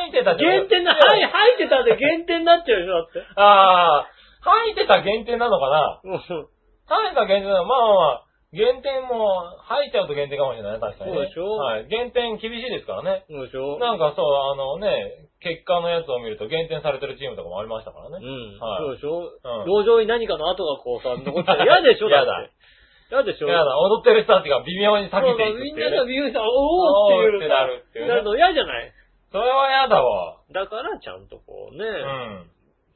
[SPEAKER 3] いてた
[SPEAKER 2] 減点な、はい、吐いてたんで減点になっちゃうでしょ、だって。
[SPEAKER 3] ああ、吐いてた減点なのかな
[SPEAKER 2] うんそう
[SPEAKER 3] 吐いてた減点なのまあまあまあ、減点も、吐いちゃうと減点かもしれないね、確かに、ね。
[SPEAKER 2] そうでしょ
[SPEAKER 3] はい。減点厳しいですからね。
[SPEAKER 2] でしょ
[SPEAKER 3] なんかそう、あのね、結果のやつを見ると減点されてるチームとかもありましたから
[SPEAKER 2] う
[SPEAKER 3] ね。
[SPEAKER 2] ん。
[SPEAKER 3] はい
[SPEAKER 2] そうでしょ
[SPEAKER 3] うん
[SPEAKER 2] 路上に何かの跡がこうさ、残ったら嫌でしょ、だ
[SPEAKER 3] 嫌
[SPEAKER 2] っ
[SPEAKER 3] だ
[SPEAKER 2] て。嫌でしょ
[SPEAKER 3] やだ、踊ってる人たちが微妙に
[SPEAKER 2] そ
[SPEAKER 3] 避
[SPEAKER 2] う
[SPEAKER 3] け
[SPEAKER 2] そ
[SPEAKER 3] ていくっ
[SPEAKER 2] う
[SPEAKER 3] てい
[SPEAKER 2] み
[SPEAKER 3] うんね、
[SPEAKER 2] ながビューさん、おーっていう
[SPEAKER 3] おーってなるっていうね
[SPEAKER 2] なるの嫌じゃない
[SPEAKER 3] それはやだわ。
[SPEAKER 2] だから、ちゃんとこうね、
[SPEAKER 3] うん。はい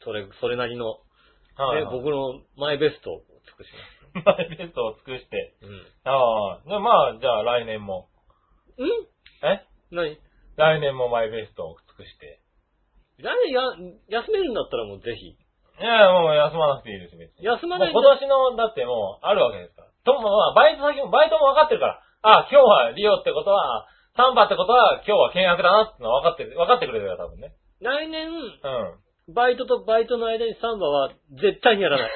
[SPEAKER 2] それ、それなりの、
[SPEAKER 3] は
[SPEAKER 2] ね、
[SPEAKER 3] い、
[SPEAKER 2] 僕のマイベストを尽くし
[SPEAKER 3] マイベストを尽くして。
[SPEAKER 2] ます。
[SPEAKER 3] ああ、でまあ、じゃあ来年も。
[SPEAKER 2] うん。ん
[SPEAKER 3] え
[SPEAKER 2] 何
[SPEAKER 3] 来年もマイベストを尽くして。
[SPEAKER 2] 来年や、休めるんだったらもうぜひ。
[SPEAKER 3] いや、もう休まなくていいです、別に。
[SPEAKER 2] 休まない
[SPEAKER 3] もう今年の、だってもう、あるわけですから。とも、まあバイト先も、バイトも分かってるから。ああ、今日はリオってことは、サンバってことは、今日は倹約だなってのは分かってる、分かってくれてるから、多分ね。
[SPEAKER 2] 来年、
[SPEAKER 3] うん。
[SPEAKER 2] バイトとバイトの間にサンバは絶対にやら ない。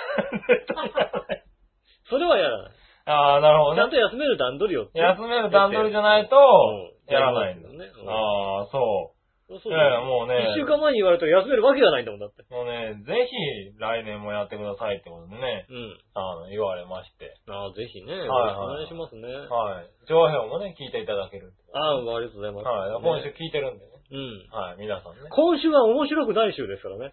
[SPEAKER 2] それはやらない。
[SPEAKER 3] ああ、なるほ
[SPEAKER 2] ちゃ
[SPEAKER 3] ど
[SPEAKER 2] ん
[SPEAKER 3] ね
[SPEAKER 2] と。休める段取りをって。
[SPEAKER 3] 休める段取りじゃないと
[SPEAKER 2] う、ん
[SPEAKER 3] やらないんだ。
[SPEAKER 2] やりますよねうん
[SPEAKER 3] ああ、そ
[SPEAKER 2] そう
[SPEAKER 3] う。い
[SPEAKER 2] だ
[SPEAKER 3] やいや、
[SPEAKER 2] よ
[SPEAKER 3] もうね。
[SPEAKER 2] 一週間前に言われたら休めるわけがないんだもんだって。
[SPEAKER 3] もうね、ぜひ来年もやってくださいってこと
[SPEAKER 2] う
[SPEAKER 3] でね、
[SPEAKER 2] ん。
[SPEAKER 3] あの、言われまして。
[SPEAKER 2] ああ、ぜひね、よろしくお
[SPEAKER 3] はい
[SPEAKER 2] 願いしますね。
[SPEAKER 3] はい。上辺もね、聞いていただける。
[SPEAKER 2] ああ、ありがとうございます。
[SPEAKER 3] はい。今週聞いてるんでね。
[SPEAKER 2] 週。うん。
[SPEAKER 3] はい、皆さんね。
[SPEAKER 2] 今週は面白くない週ですからね。
[SPEAKER 3] で、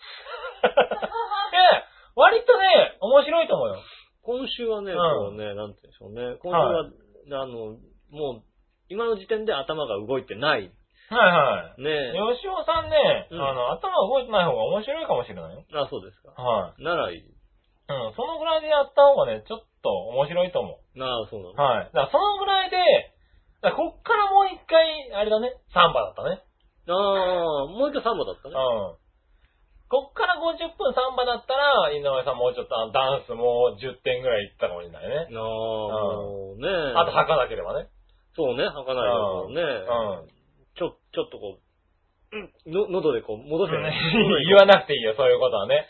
[SPEAKER 3] 割とね、面白いと思うよ。
[SPEAKER 2] 今週はね、
[SPEAKER 3] う
[SPEAKER 2] こう
[SPEAKER 3] ん
[SPEAKER 2] ね、なんて言うんでしょうね。今週は、あ
[SPEAKER 3] は
[SPEAKER 2] の、もう、今の時点で頭が動いてない。
[SPEAKER 3] はい
[SPEAKER 2] ね
[SPEAKER 3] はい。吉尾さんね、
[SPEAKER 2] うん
[SPEAKER 3] あの、頭動いてない方が面白いかもしれないよ。
[SPEAKER 2] あ、そうですか。
[SPEAKER 3] はい。
[SPEAKER 2] ならいい。
[SPEAKER 3] うん、そのぐらいでやった方がね、ちょっと面白いと思
[SPEAKER 2] なあ、そうな
[SPEAKER 3] う。
[SPEAKER 2] の。
[SPEAKER 3] はい。だからそのぐらいで、だからこっからもう一回、あれだね、サンバだったね。
[SPEAKER 2] ああ、もう一回サンバだったね。
[SPEAKER 3] うん。こっから50分サンバだったら、井上さんもうちょっとあのダンスもう10点ぐらいいったかもしれないね。
[SPEAKER 2] なあ、もうね
[SPEAKER 3] あと吐かなければね。
[SPEAKER 2] そうね、吐かないよね。
[SPEAKER 3] うん。
[SPEAKER 2] ちょ、ちょっとこう、うん、の、喉でこう、戻してね。
[SPEAKER 3] 言わなくていいよ、そういうことはね。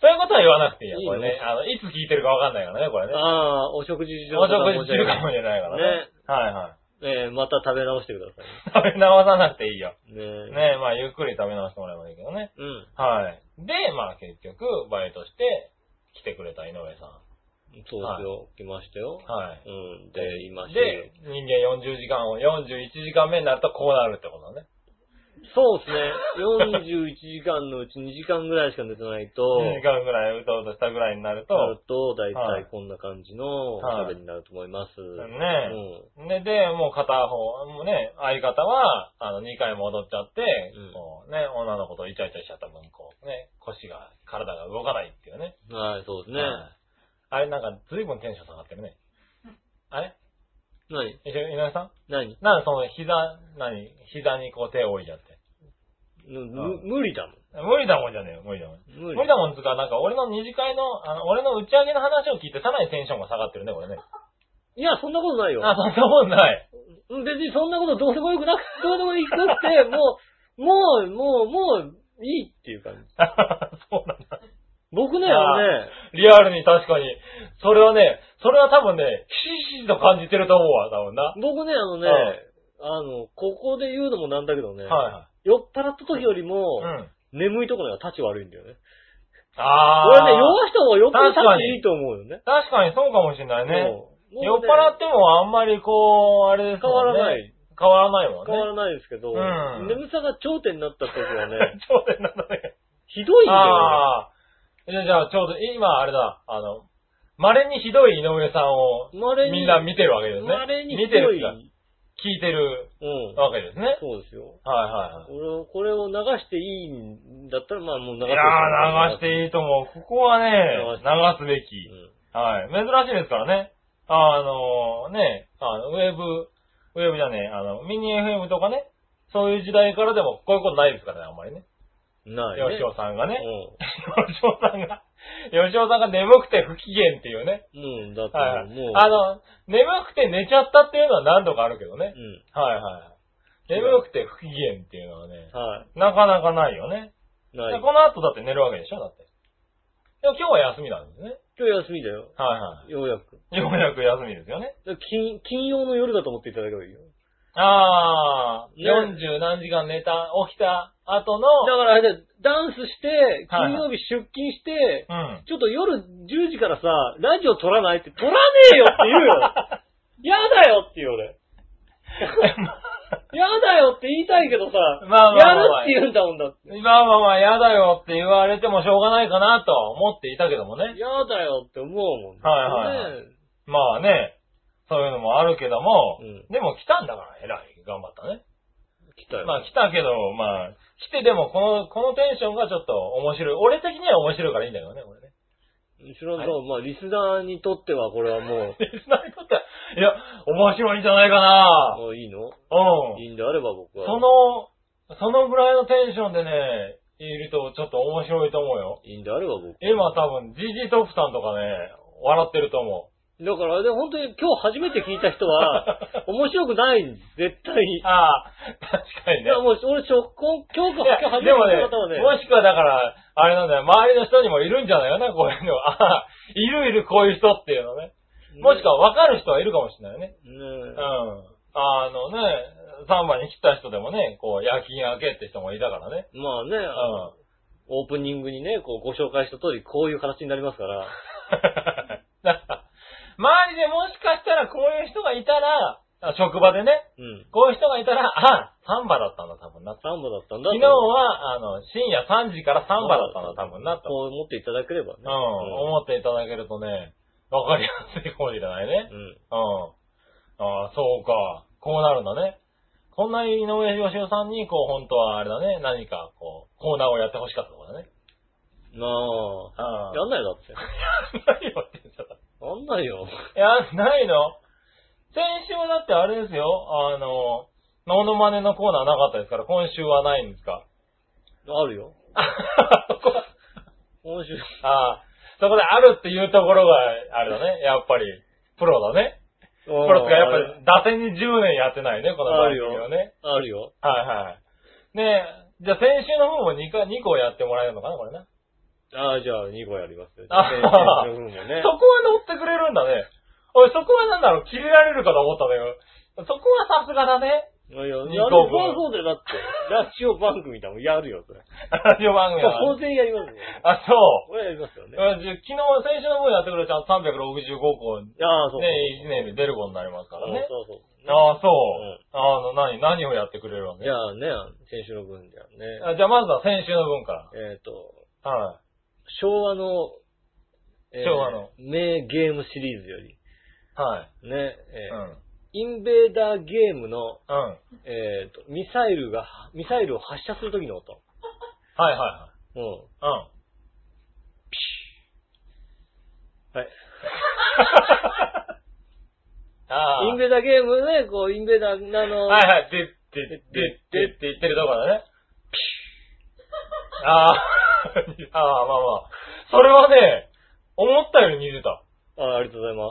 [SPEAKER 3] そういうことは言わなくていいよ、
[SPEAKER 2] いいの
[SPEAKER 3] これね。あの、いつ聞いてるかわかんないからね、これね。
[SPEAKER 2] ああ、お食事上
[SPEAKER 3] お食事中かもしれないからね。
[SPEAKER 2] ね
[SPEAKER 3] はいはい。
[SPEAKER 2] えー、また食べ直してくださ
[SPEAKER 3] 食べ直さなくていいよ。
[SPEAKER 2] いね。ね
[SPEAKER 3] ねまあ、ゆっくり食べ直してもらえばいいけどね。
[SPEAKER 2] うん。
[SPEAKER 3] はい。で、まあ、結局、バイトして、来てくれた井上さん。
[SPEAKER 2] そうですよ。来ましたよ。
[SPEAKER 3] はい。
[SPEAKER 2] うん。で、いまして。
[SPEAKER 3] で、人間40時間を、41時間目になるとこうなるってことね。
[SPEAKER 2] そうですね。41時間のうち2時間ぐらいしか寝てないと、
[SPEAKER 3] 2時間ぐらい、うとうとしたぐらいになると、
[SPEAKER 2] なると、だいた
[SPEAKER 3] はいい
[SPEAKER 2] こんな感じのおしゃべりになると思います。
[SPEAKER 3] ねで、で、もう片方、もうね、相方は、あの、2回戻っちゃって、
[SPEAKER 2] うん
[SPEAKER 3] こうね、女の子とイチャイチャしちゃった分、こう、ね、腰が、体が動かないっていうね。
[SPEAKER 2] うん。はい、そうですね。
[SPEAKER 3] はいあれ、なんか、ずいぶんテンション下がってるね。あれ
[SPEAKER 2] 何
[SPEAKER 3] 一緒井上さ
[SPEAKER 2] 何
[SPEAKER 3] んなんでその、膝、何膝にこう手を置いちゃって。
[SPEAKER 2] むむ無理だもん。
[SPEAKER 3] 無理だもんじゃねえよ、無理だもん。
[SPEAKER 2] 無理。
[SPEAKER 3] 無理だもんつうか、なんか俺の二次会の、あの、俺の打ち上げの話を聞いてさらにテンションが下がってるね、これね。
[SPEAKER 2] いや、そんなことないよ。
[SPEAKER 3] あ、そんなもんない。
[SPEAKER 2] うん別にそんなことどうでもよくなく、どうでもいいなくて、もう、もう、もう、もう、いいっていう感じ。
[SPEAKER 3] そうなんだ。
[SPEAKER 2] 僕ね、
[SPEAKER 3] いやー
[SPEAKER 2] あのね、
[SPEAKER 3] リアルに確かに。それはね、それは多分ね、ひしひしと感じてると思うわ、多分な。は
[SPEAKER 2] 僕ね、あのね
[SPEAKER 3] はい、
[SPEAKER 2] あの、ここで言うのもなんだけどね、
[SPEAKER 3] いは
[SPEAKER 2] 酔っ払った時よりも
[SPEAKER 3] い。う、ん。
[SPEAKER 2] 眠いところが立ち悪いんだよね。
[SPEAKER 3] あ
[SPEAKER 2] 俺
[SPEAKER 3] ー。
[SPEAKER 2] ね、弱い人も酔っ払った
[SPEAKER 3] 確か
[SPEAKER 2] ち
[SPEAKER 3] に
[SPEAKER 2] いいと思うよね。
[SPEAKER 3] 確かにそうかもしれないね。
[SPEAKER 2] そう
[SPEAKER 3] 酔っ払ってもあんまりこう、あれです
[SPEAKER 2] 変わ
[SPEAKER 3] もん
[SPEAKER 2] らな
[SPEAKER 3] ね。
[SPEAKER 2] い。。
[SPEAKER 3] 変わらないもんね。
[SPEAKER 2] 変わらないですけど、
[SPEAKER 3] うん
[SPEAKER 2] 眠さが頂点になった時はね、
[SPEAKER 3] 頂点なんだね。
[SPEAKER 2] ひどいんだよね。
[SPEAKER 3] あー。じゃあじゃあ、ちょうど、今あれだ、あの、稀にひどい井上さんを
[SPEAKER 2] 稀に
[SPEAKER 3] みんな見てるわけですね。
[SPEAKER 2] 稀にひ
[SPEAKER 3] 見て
[SPEAKER 2] ど
[SPEAKER 3] る
[SPEAKER 2] い。
[SPEAKER 3] 人が聞いてる
[SPEAKER 2] うん。
[SPEAKER 3] わけですね。
[SPEAKER 2] そうですよ。
[SPEAKER 3] はいはいはい。
[SPEAKER 2] これを、これを流していいんだったら、まあもう流し
[SPEAKER 3] い
[SPEAKER 2] て
[SPEAKER 3] やー、流していいと思う。ここはね、流すべ
[SPEAKER 2] い
[SPEAKER 3] き。はい。珍しいですからね。あのね、あの、ウェブ、ウェブじゃねえ、あの、ミニ FM とかね、そういう時代からでもこういうことないですからね、あんまりね。
[SPEAKER 2] うん。ないね。
[SPEAKER 3] 吉尾さんがね、
[SPEAKER 2] う
[SPEAKER 3] 吉尾さんが、吉尾さんが眠くて不機嫌っていうね。
[SPEAKER 2] ん。うん。だって
[SPEAKER 3] はい。
[SPEAKER 2] もう、
[SPEAKER 3] あの、眠くて寝ちゃったっていうのは何度かあるけどね
[SPEAKER 2] う。ん。
[SPEAKER 3] はいはい。眠くて不機嫌っていうのはね、
[SPEAKER 2] は
[SPEAKER 3] なかなかないよね。
[SPEAKER 2] い。ない。
[SPEAKER 3] でこの後だって寝るわけでしょだって。でも今日は休みなんですね。
[SPEAKER 2] 今日休みだよ。
[SPEAKER 3] はいは
[SPEAKER 2] ようやく。
[SPEAKER 3] い。ようやく休みですよね。
[SPEAKER 2] だから金、金曜の夜だと思っていただけばいいよ。
[SPEAKER 3] あー、
[SPEAKER 2] ね
[SPEAKER 3] 40何時間寝た、起きた後の、
[SPEAKER 2] だからあれだよ、ダンスして、
[SPEAKER 3] はいはい
[SPEAKER 2] 金曜日出勤して、
[SPEAKER 3] うん。
[SPEAKER 2] ちょっと夜10時からさ、ラジオ撮らないって、撮らねえよって言うよ やだよって言う俺。やだよって言いたいけどさ、
[SPEAKER 3] まあまあまあまあ
[SPEAKER 2] やるって言うんだもんだって。
[SPEAKER 3] まあまあまあ、やだよって言われてもしょうがないかなとは思っていたけどもね。
[SPEAKER 2] やだよって思うもん。
[SPEAKER 3] はいはいは
[SPEAKER 2] ね
[SPEAKER 3] まあね、そういうのもあるけども、
[SPEAKER 2] うん
[SPEAKER 3] でも来たんだから偉い。頑張ったね。
[SPEAKER 2] 来たよ。
[SPEAKER 3] まあ来たけど、まあ、来てでもこの、このテンションがちょっと面白い。俺的には面白いからいいんだけどね、これね。
[SPEAKER 2] 後ろの方、まあ、リスナーにとってはこれは も
[SPEAKER 3] リスナーにとっては、いや、面白いんじゃないか
[SPEAKER 2] う、
[SPEAKER 3] な
[SPEAKER 2] もういいの
[SPEAKER 3] うん。
[SPEAKER 2] いいんであれば僕は。
[SPEAKER 3] そ、の、そのぐらいのテンションでね、いるとちょっと面白いと思うよ。
[SPEAKER 2] いいんであれば僕は。
[SPEAKER 3] 今多分、ジジトップさんとかね、笑ってると思
[SPEAKER 2] だから、で、本当に今日初めて聞いた人 は、面白くないんです絶対に。
[SPEAKER 3] う。ああ、確かに
[SPEAKER 2] い
[SPEAKER 3] ね。
[SPEAKER 2] や、もう、俺、今日今日
[SPEAKER 3] い
[SPEAKER 2] か、今日
[SPEAKER 3] や
[SPEAKER 2] 初め
[SPEAKER 3] で
[SPEAKER 2] て
[SPEAKER 3] も
[SPEAKER 2] 聞い
[SPEAKER 3] ね
[SPEAKER 2] た方はね、、
[SPEAKER 3] もしくはだから、あれなんだよ、周りの人にもいるんじゃないかな、こういうのは。 ああ、いるいる、こういう人っていうのね。もしくは分かる人はいるかもしれないね。
[SPEAKER 2] ね
[SPEAKER 3] うん。あのね、サンバに来た人でもね、こう、夜勤明けって人もいたからね。
[SPEAKER 2] まあね、
[SPEAKER 3] う
[SPEAKER 2] あの
[SPEAKER 3] ん。
[SPEAKER 2] オープニングにね、こう、ご紹介した通り、こういう形になりますから、
[SPEAKER 3] なんか周りでもしかしたらこういう人がいたら、あ職場でね、
[SPEAKER 2] うん。
[SPEAKER 3] こういう人がいたら、あ、サンバだったんだ、多分な。
[SPEAKER 2] サンバだったんだと
[SPEAKER 3] 昨日は、あの、深夜3時からサンバだったんだ、多分な、と。
[SPEAKER 2] こう思っていただければね。
[SPEAKER 3] うん、思っていただけるとね、わかりやすいかもしれないね。
[SPEAKER 2] うん。うん。
[SPEAKER 3] うん。ああ、そうか。こうなるんだね。こんな井上義雄さんに、こう、本当はあれだね、何か、こう、コーナーをやってほしかったとかね。
[SPEAKER 2] なあ。
[SPEAKER 3] ああ。
[SPEAKER 2] やんないよだって。
[SPEAKER 3] やんないよって言っちゃった。
[SPEAKER 2] ああんないよ。
[SPEAKER 3] いや、ないの。先週はだってあれですよ、あの、モノマネのコーナーなかったですから、今週はないんですか。
[SPEAKER 2] ある よ。今週、
[SPEAKER 3] ああ、そこであるっていうところが、あれだね、やっぱり、プロだね。
[SPEAKER 2] プ
[SPEAKER 3] プロとかやっぱり、打点に10年やってないね、この
[SPEAKER 2] あ
[SPEAKER 3] 番
[SPEAKER 2] るよ
[SPEAKER 3] 組はね。
[SPEAKER 2] あるよ。
[SPEAKER 3] はいはい。ねえ、じゃあ先週の方も2個、2個やってもらえるのかな、これね。
[SPEAKER 2] ああ、じゃあ2個やりますよ。
[SPEAKER 3] あ
[SPEAKER 2] 先生の分もね
[SPEAKER 3] そ。こは乗ってくれるんだね。おい、そこはなんだろう、切れられるかと思ったんだけど、そこはさすが だね。
[SPEAKER 2] いやいや、
[SPEAKER 3] 二
[SPEAKER 2] なんで
[SPEAKER 3] 個分
[SPEAKER 2] そうそうだよ、だって。ラジオ番組だもん、やるよ、それ。
[SPEAKER 3] ラジオ番組は
[SPEAKER 2] 当。然やりますよ。
[SPEAKER 3] あ、そう。
[SPEAKER 2] これやりますよね。
[SPEAKER 3] 昨日、先週の分やってくれた365個、ね、
[SPEAKER 2] ああ、そうそう。
[SPEAKER 3] 1年で出ることになりますからね。
[SPEAKER 2] そうそう。
[SPEAKER 3] ああ、そう
[SPEAKER 2] うん。
[SPEAKER 3] あの、何、何をやってくれるわけ
[SPEAKER 2] じゃあね、先週の分じゃあね。
[SPEAKER 3] あじゃあまずは先週の分か
[SPEAKER 2] えっと、
[SPEAKER 3] ら。は
[SPEAKER 2] 昭和の、えー
[SPEAKER 3] 昭和の
[SPEAKER 2] 名ゲームシリーズより、
[SPEAKER 3] い。はい。
[SPEAKER 2] ね、え
[SPEAKER 3] う
[SPEAKER 2] ー
[SPEAKER 3] ん。
[SPEAKER 2] インベーダーゲームの、
[SPEAKER 3] うん。はい
[SPEAKER 2] えっ、と、ミサイルが、ミサイルを発射するときの音。
[SPEAKER 3] はいは
[SPEAKER 2] うん。
[SPEAKER 3] い。うん。
[SPEAKER 2] はい。
[SPEAKER 3] ああ。
[SPEAKER 2] インベーダーゲームね、こう、インベーダーなの、
[SPEAKER 3] はいはい、で、で、で、でって言ってるとこだね。ああ、ああ、まあまあ。それはね、思ったより似てた。
[SPEAKER 2] あありがとうございま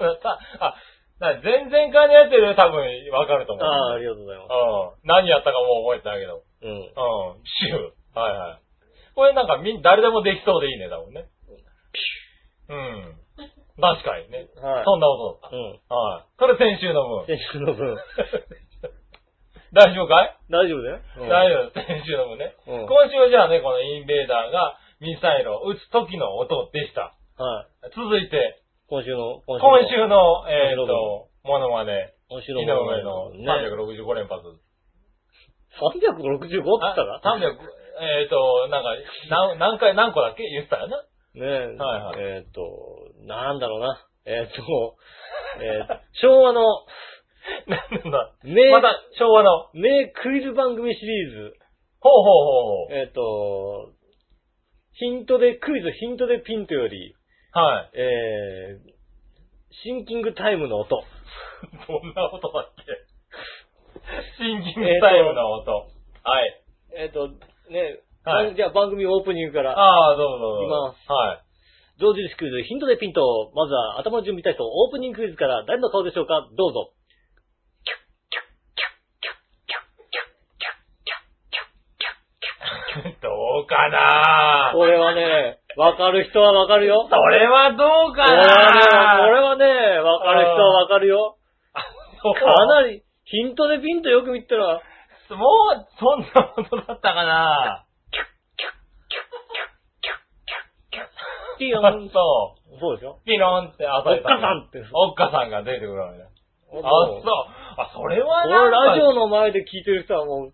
[SPEAKER 2] す。
[SPEAKER 3] うん。たたあ、な前々回のやつより多分わかると思う。
[SPEAKER 2] ああ、ありがとうございます。
[SPEAKER 3] うん。何やったかもう覚えてないけど。
[SPEAKER 2] うん。
[SPEAKER 3] うん。シュー。はいはい。これなんかみん、誰でもできそうでいいね、だもんね。うん。確かにね。
[SPEAKER 2] はい。
[SPEAKER 3] そんな音だっ
[SPEAKER 2] うん。
[SPEAKER 3] た。はい。それ先週の分。
[SPEAKER 2] 先週の分。
[SPEAKER 3] 大丈夫かい
[SPEAKER 2] 大丈夫だよ。
[SPEAKER 3] 大丈夫、先週のもね。
[SPEAKER 2] うん
[SPEAKER 3] 今週はじゃあね、このインベーダーがミサイルを撃つ時の音でした。
[SPEAKER 2] 夫。はい。
[SPEAKER 3] 続いて、
[SPEAKER 2] 今週の、今
[SPEAKER 3] 今
[SPEAKER 2] の
[SPEAKER 3] 週の、
[SPEAKER 2] 今週
[SPEAKER 3] えーっ
[SPEAKER 2] の
[SPEAKER 3] と、モノマネ、
[SPEAKER 2] 今週
[SPEAKER 3] 井
[SPEAKER 2] の
[SPEAKER 3] 上の
[SPEAKER 2] ね。
[SPEAKER 3] 365連発。
[SPEAKER 2] 365って言ったら
[SPEAKER 3] あ ?300、えーっ と、なんか、 何何回、何個だっけ言ってたよな。
[SPEAKER 2] ねえ、
[SPEAKER 3] はいはい
[SPEAKER 2] えっ、と、なんだろうな。えっ、と、えー昭和の
[SPEAKER 3] なんだ。
[SPEAKER 2] 名、
[SPEAKER 3] また、昭和の。
[SPEAKER 2] 名クイズ番組シリーズ。
[SPEAKER 3] ほうほうほうほ
[SPEAKER 2] えっ、と、ヒントで、クイズヒントでピントより、
[SPEAKER 3] う。はい。
[SPEAKER 2] えー、シンキングタイムの音。
[SPEAKER 3] どんな音だっけシンキングタイムの音。はい。
[SPEAKER 2] えっ、と、ね、
[SPEAKER 3] はい
[SPEAKER 2] 番じゃあ番組オープニングから、
[SPEAKER 3] ああ、どうぞどうぞ。
[SPEAKER 2] いきます
[SPEAKER 3] はい。
[SPEAKER 2] 同時クイズヒントでピント。まずは頭の準備体操、オープニングクイズから誰の顔でしょうかどうぞ。
[SPEAKER 3] どうかな
[SPEAKER 2] これはね、わかる人はわかるよ。
[SPEAKER 3] それはどうか
[SPEAKER 2] これ
[SPEAKER 3] な
[SPEAKER 2] はね、わかる人はわかるよ。かなり、ヒントでピントよく見たら、
[SPEAKER 3] り。もう、そんなことだったかな
[SPEAKER 2] ピヨン。
[SPEAKER 3] そ
[SPEAKER 2] そうでしょ
[SPEAKER 3] う。ピロンって、あ、
[SPEAKER 2] おっかさんって
[SPEAKER 3] おっかさんが出てくるわけだ。あ、そう。
[SPEAKER 2] う。
[SPEAKER 3] あ、それは
[SPEAKER 2] こ
[SPEAKER 3] な
[SPEAKER 2] れ
[SPEAKER 3] んか
[SPEAKER 2] ラジオの前で聞いてる人はもう、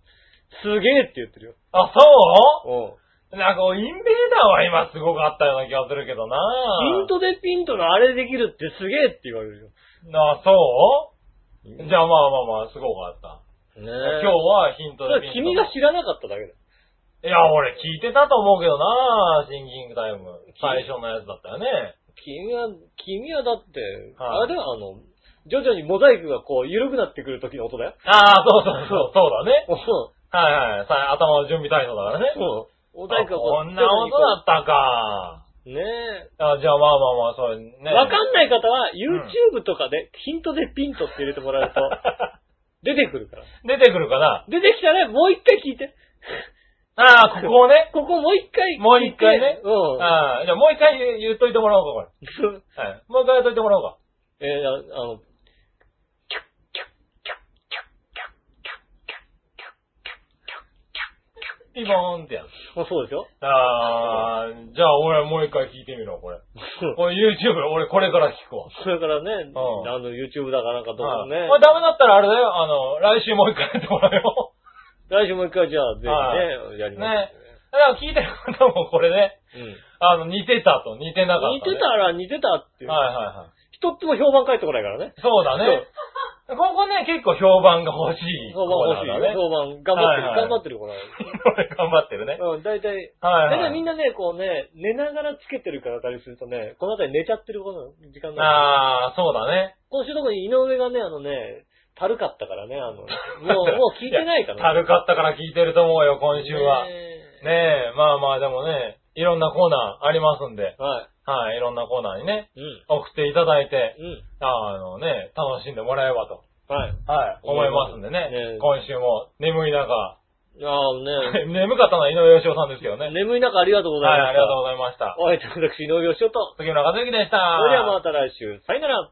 [SPEAKER 2] すげえって言ってるよ。
[SPEAKER 3] あ、そ
[SPEAKER 2] うん。
[SPEAKER 3] うなんか、インベーダーは今すごかったような気がするけどな
[SPEAKER 2] ヒントでピントのあれできるってすげえって言われるよ。
[SPEAKER 3] あ、そうじゃあまあまあまあ、すごかった。
[SPEAKER 2] ねえ。
[SPEAKER 3] 今日はヒント
[SPEAKER 2] だか
[SPEAKER 3] で
[SPEAKER 2] ら
[SPEAKER 3] ピン
[SPEAKER 2] 君
[SPEAKER 3] ト
[SPEAKER 2] が知らなかっただけだよ。
[SPEAKER 3] いや、俺聞いてたと思うけどなシンキングタイム。最初のやつだったよね。
[SPEAKER 2] 君は、君はだって、
[SPEAKER 3] はい
[SPEAKER 2] あれだよ、あの、徐々にモザイクがこう、緩くなってくる時の音だよ。
[SPEAKER 3] ああ、そうそう そう、そうだね。
[SPEAKER 2] うん。
[SPEAKER 3] はいはい。さ頭の準備体操だからね。
[SPEAKER 2] うん。モザイクがこ
[SPEAKER 3] あこ
[SPEAKER 2] う、
[SPEAKER 3] んな音だったか。
[SPEAKER 2] ねえ。
[SPEAKER 3] あじゃあまあまあまあ、そうね。
[SPEAKER 2] わかん
[SPEAKER 3] い。
[SPEAKER 2] ない方は、YouTube とかで、ヒントでピントって入れてもらう と、出てくるから。
[SPEAKER 3] 出てくるかな。
[SPEAKER 2] 出てきたら、もう一回聞いて。
[SPEAKER 3] ああ、ここをね。
[SPEAKER 2] ここもう一回聞いて。
[SPEAKER 3] もう一回ね
[SPEAKER 2] う
[SPEAKER 3] ああ、じゃあもう一回言う言っといてもらおうか、
[SPEAKER 2] ん。
[SPEAKER 3] これ。はい。もう一回言っといてもらおうか。
[SPEAKER 2] えーああの、
[SPEAKER 3] ピボーンってやつ。
[SPEAKER 2] もうそうですよ。
[SPEAKER 3] ああ、じゃあ俺もう一回聞いてみろ、これ。これ YouTube、俺これから聞くわ。
[SPEAKER 2] それからね、
[SPEAKER 3] ん
[SPEAKER 2] あの、YouTube だかなんかどうか
[SPEAKER 3] は
[SPEAKER 2] ね
[SPEAKER 3] いこ。れダメだったらあれだよ、あの、来週もう一回やってもらう よ
[SPEAKER 2] 来週もう一回じゃあ、ぜひね、や
[SPEAKER 3] う。
[SPEAKER 2] りま
[SPEAKER 3] ね。だから聞いてる方もこれね、
[SPEAKER 2] す。うん。
[SPEAKER 3] あの、似てたと、似てなかった、ね。
[SPEAKER 2] 似てたら似てたっていう。
[SPEAKER 3] はいはいはい。
[SPEAKER 2] 一つも評判書いてこないからね。
[SPEAKER 3] そうだね。ここね、結構評判が欲しい。
[SPEAKER 2] 評判欲しいよ。
[SPEAKER 3] こ
[SPEAKER 2] 評判、頑張ってる、
[SPEAKER 3] はいはい
[SPEAKER 2] 頑張ってるから。
[SPEAKER 3] こだね頑張ってるね。
[SPEAKER 2] うん、大体、
[SPEAKER 3] はい、
[SPEAKER 2] 大
[SPEAKER 3] は
[SPEAKER 2] 体
[SPEAKER 3] い。
[SPEAKER 2] みんなね、こうね、寝ながらつけてるからたりするとね、この辺り寝ちゃってることの時間がある。
[SPEAKER 3] ああ、そうだね。
[SPEAKER 2] 今週特に井上がね、あのね、たるかったからね、 あの、もう、もう聞いてないからね。
[SPEAKER 3] たるかったから聞いてると思うよ、今週は。
[SPEAKER 2] ね
[SPEAKER 3] ねえ、まあまあでもね、いろんなコーナーありますんで、
[SPEAKER 2] えは
[SPEAKER 3] はい、いろんなコーナーにね、
[SPEAKER 2] い。うん。
[SPEAKER 3] 送っていただいて、
[SPEAKER 2] うん。
[SPEAKER 3] あのね、楽しんでもらえればと、
[SPEAKER 2] はい。
[SPEAKER 3] はい、思いますんでね、
[SPEAKER 2] ねえ
[SPEAKER 3] 今週も眠い中、
[SPEAKER 2] ああね、
[SPEAKER 3] 眠かったのは井上義雄さんですけどね。
[SPEAKER 2] 眠い中ありがとうござい
[SPEAKER 3] はい、
[SPEAKER 2] まし
[SPEAKER 3] あり
[SPEAKER 2] た。
[SPEAKER 3] がとうございました。
[SPEAKER 2] お会いいたい私、井上義雄と。
[SPEAKER 3] 杉村和之でした。
[SPEAKER 2] それではまた来週、さよなら。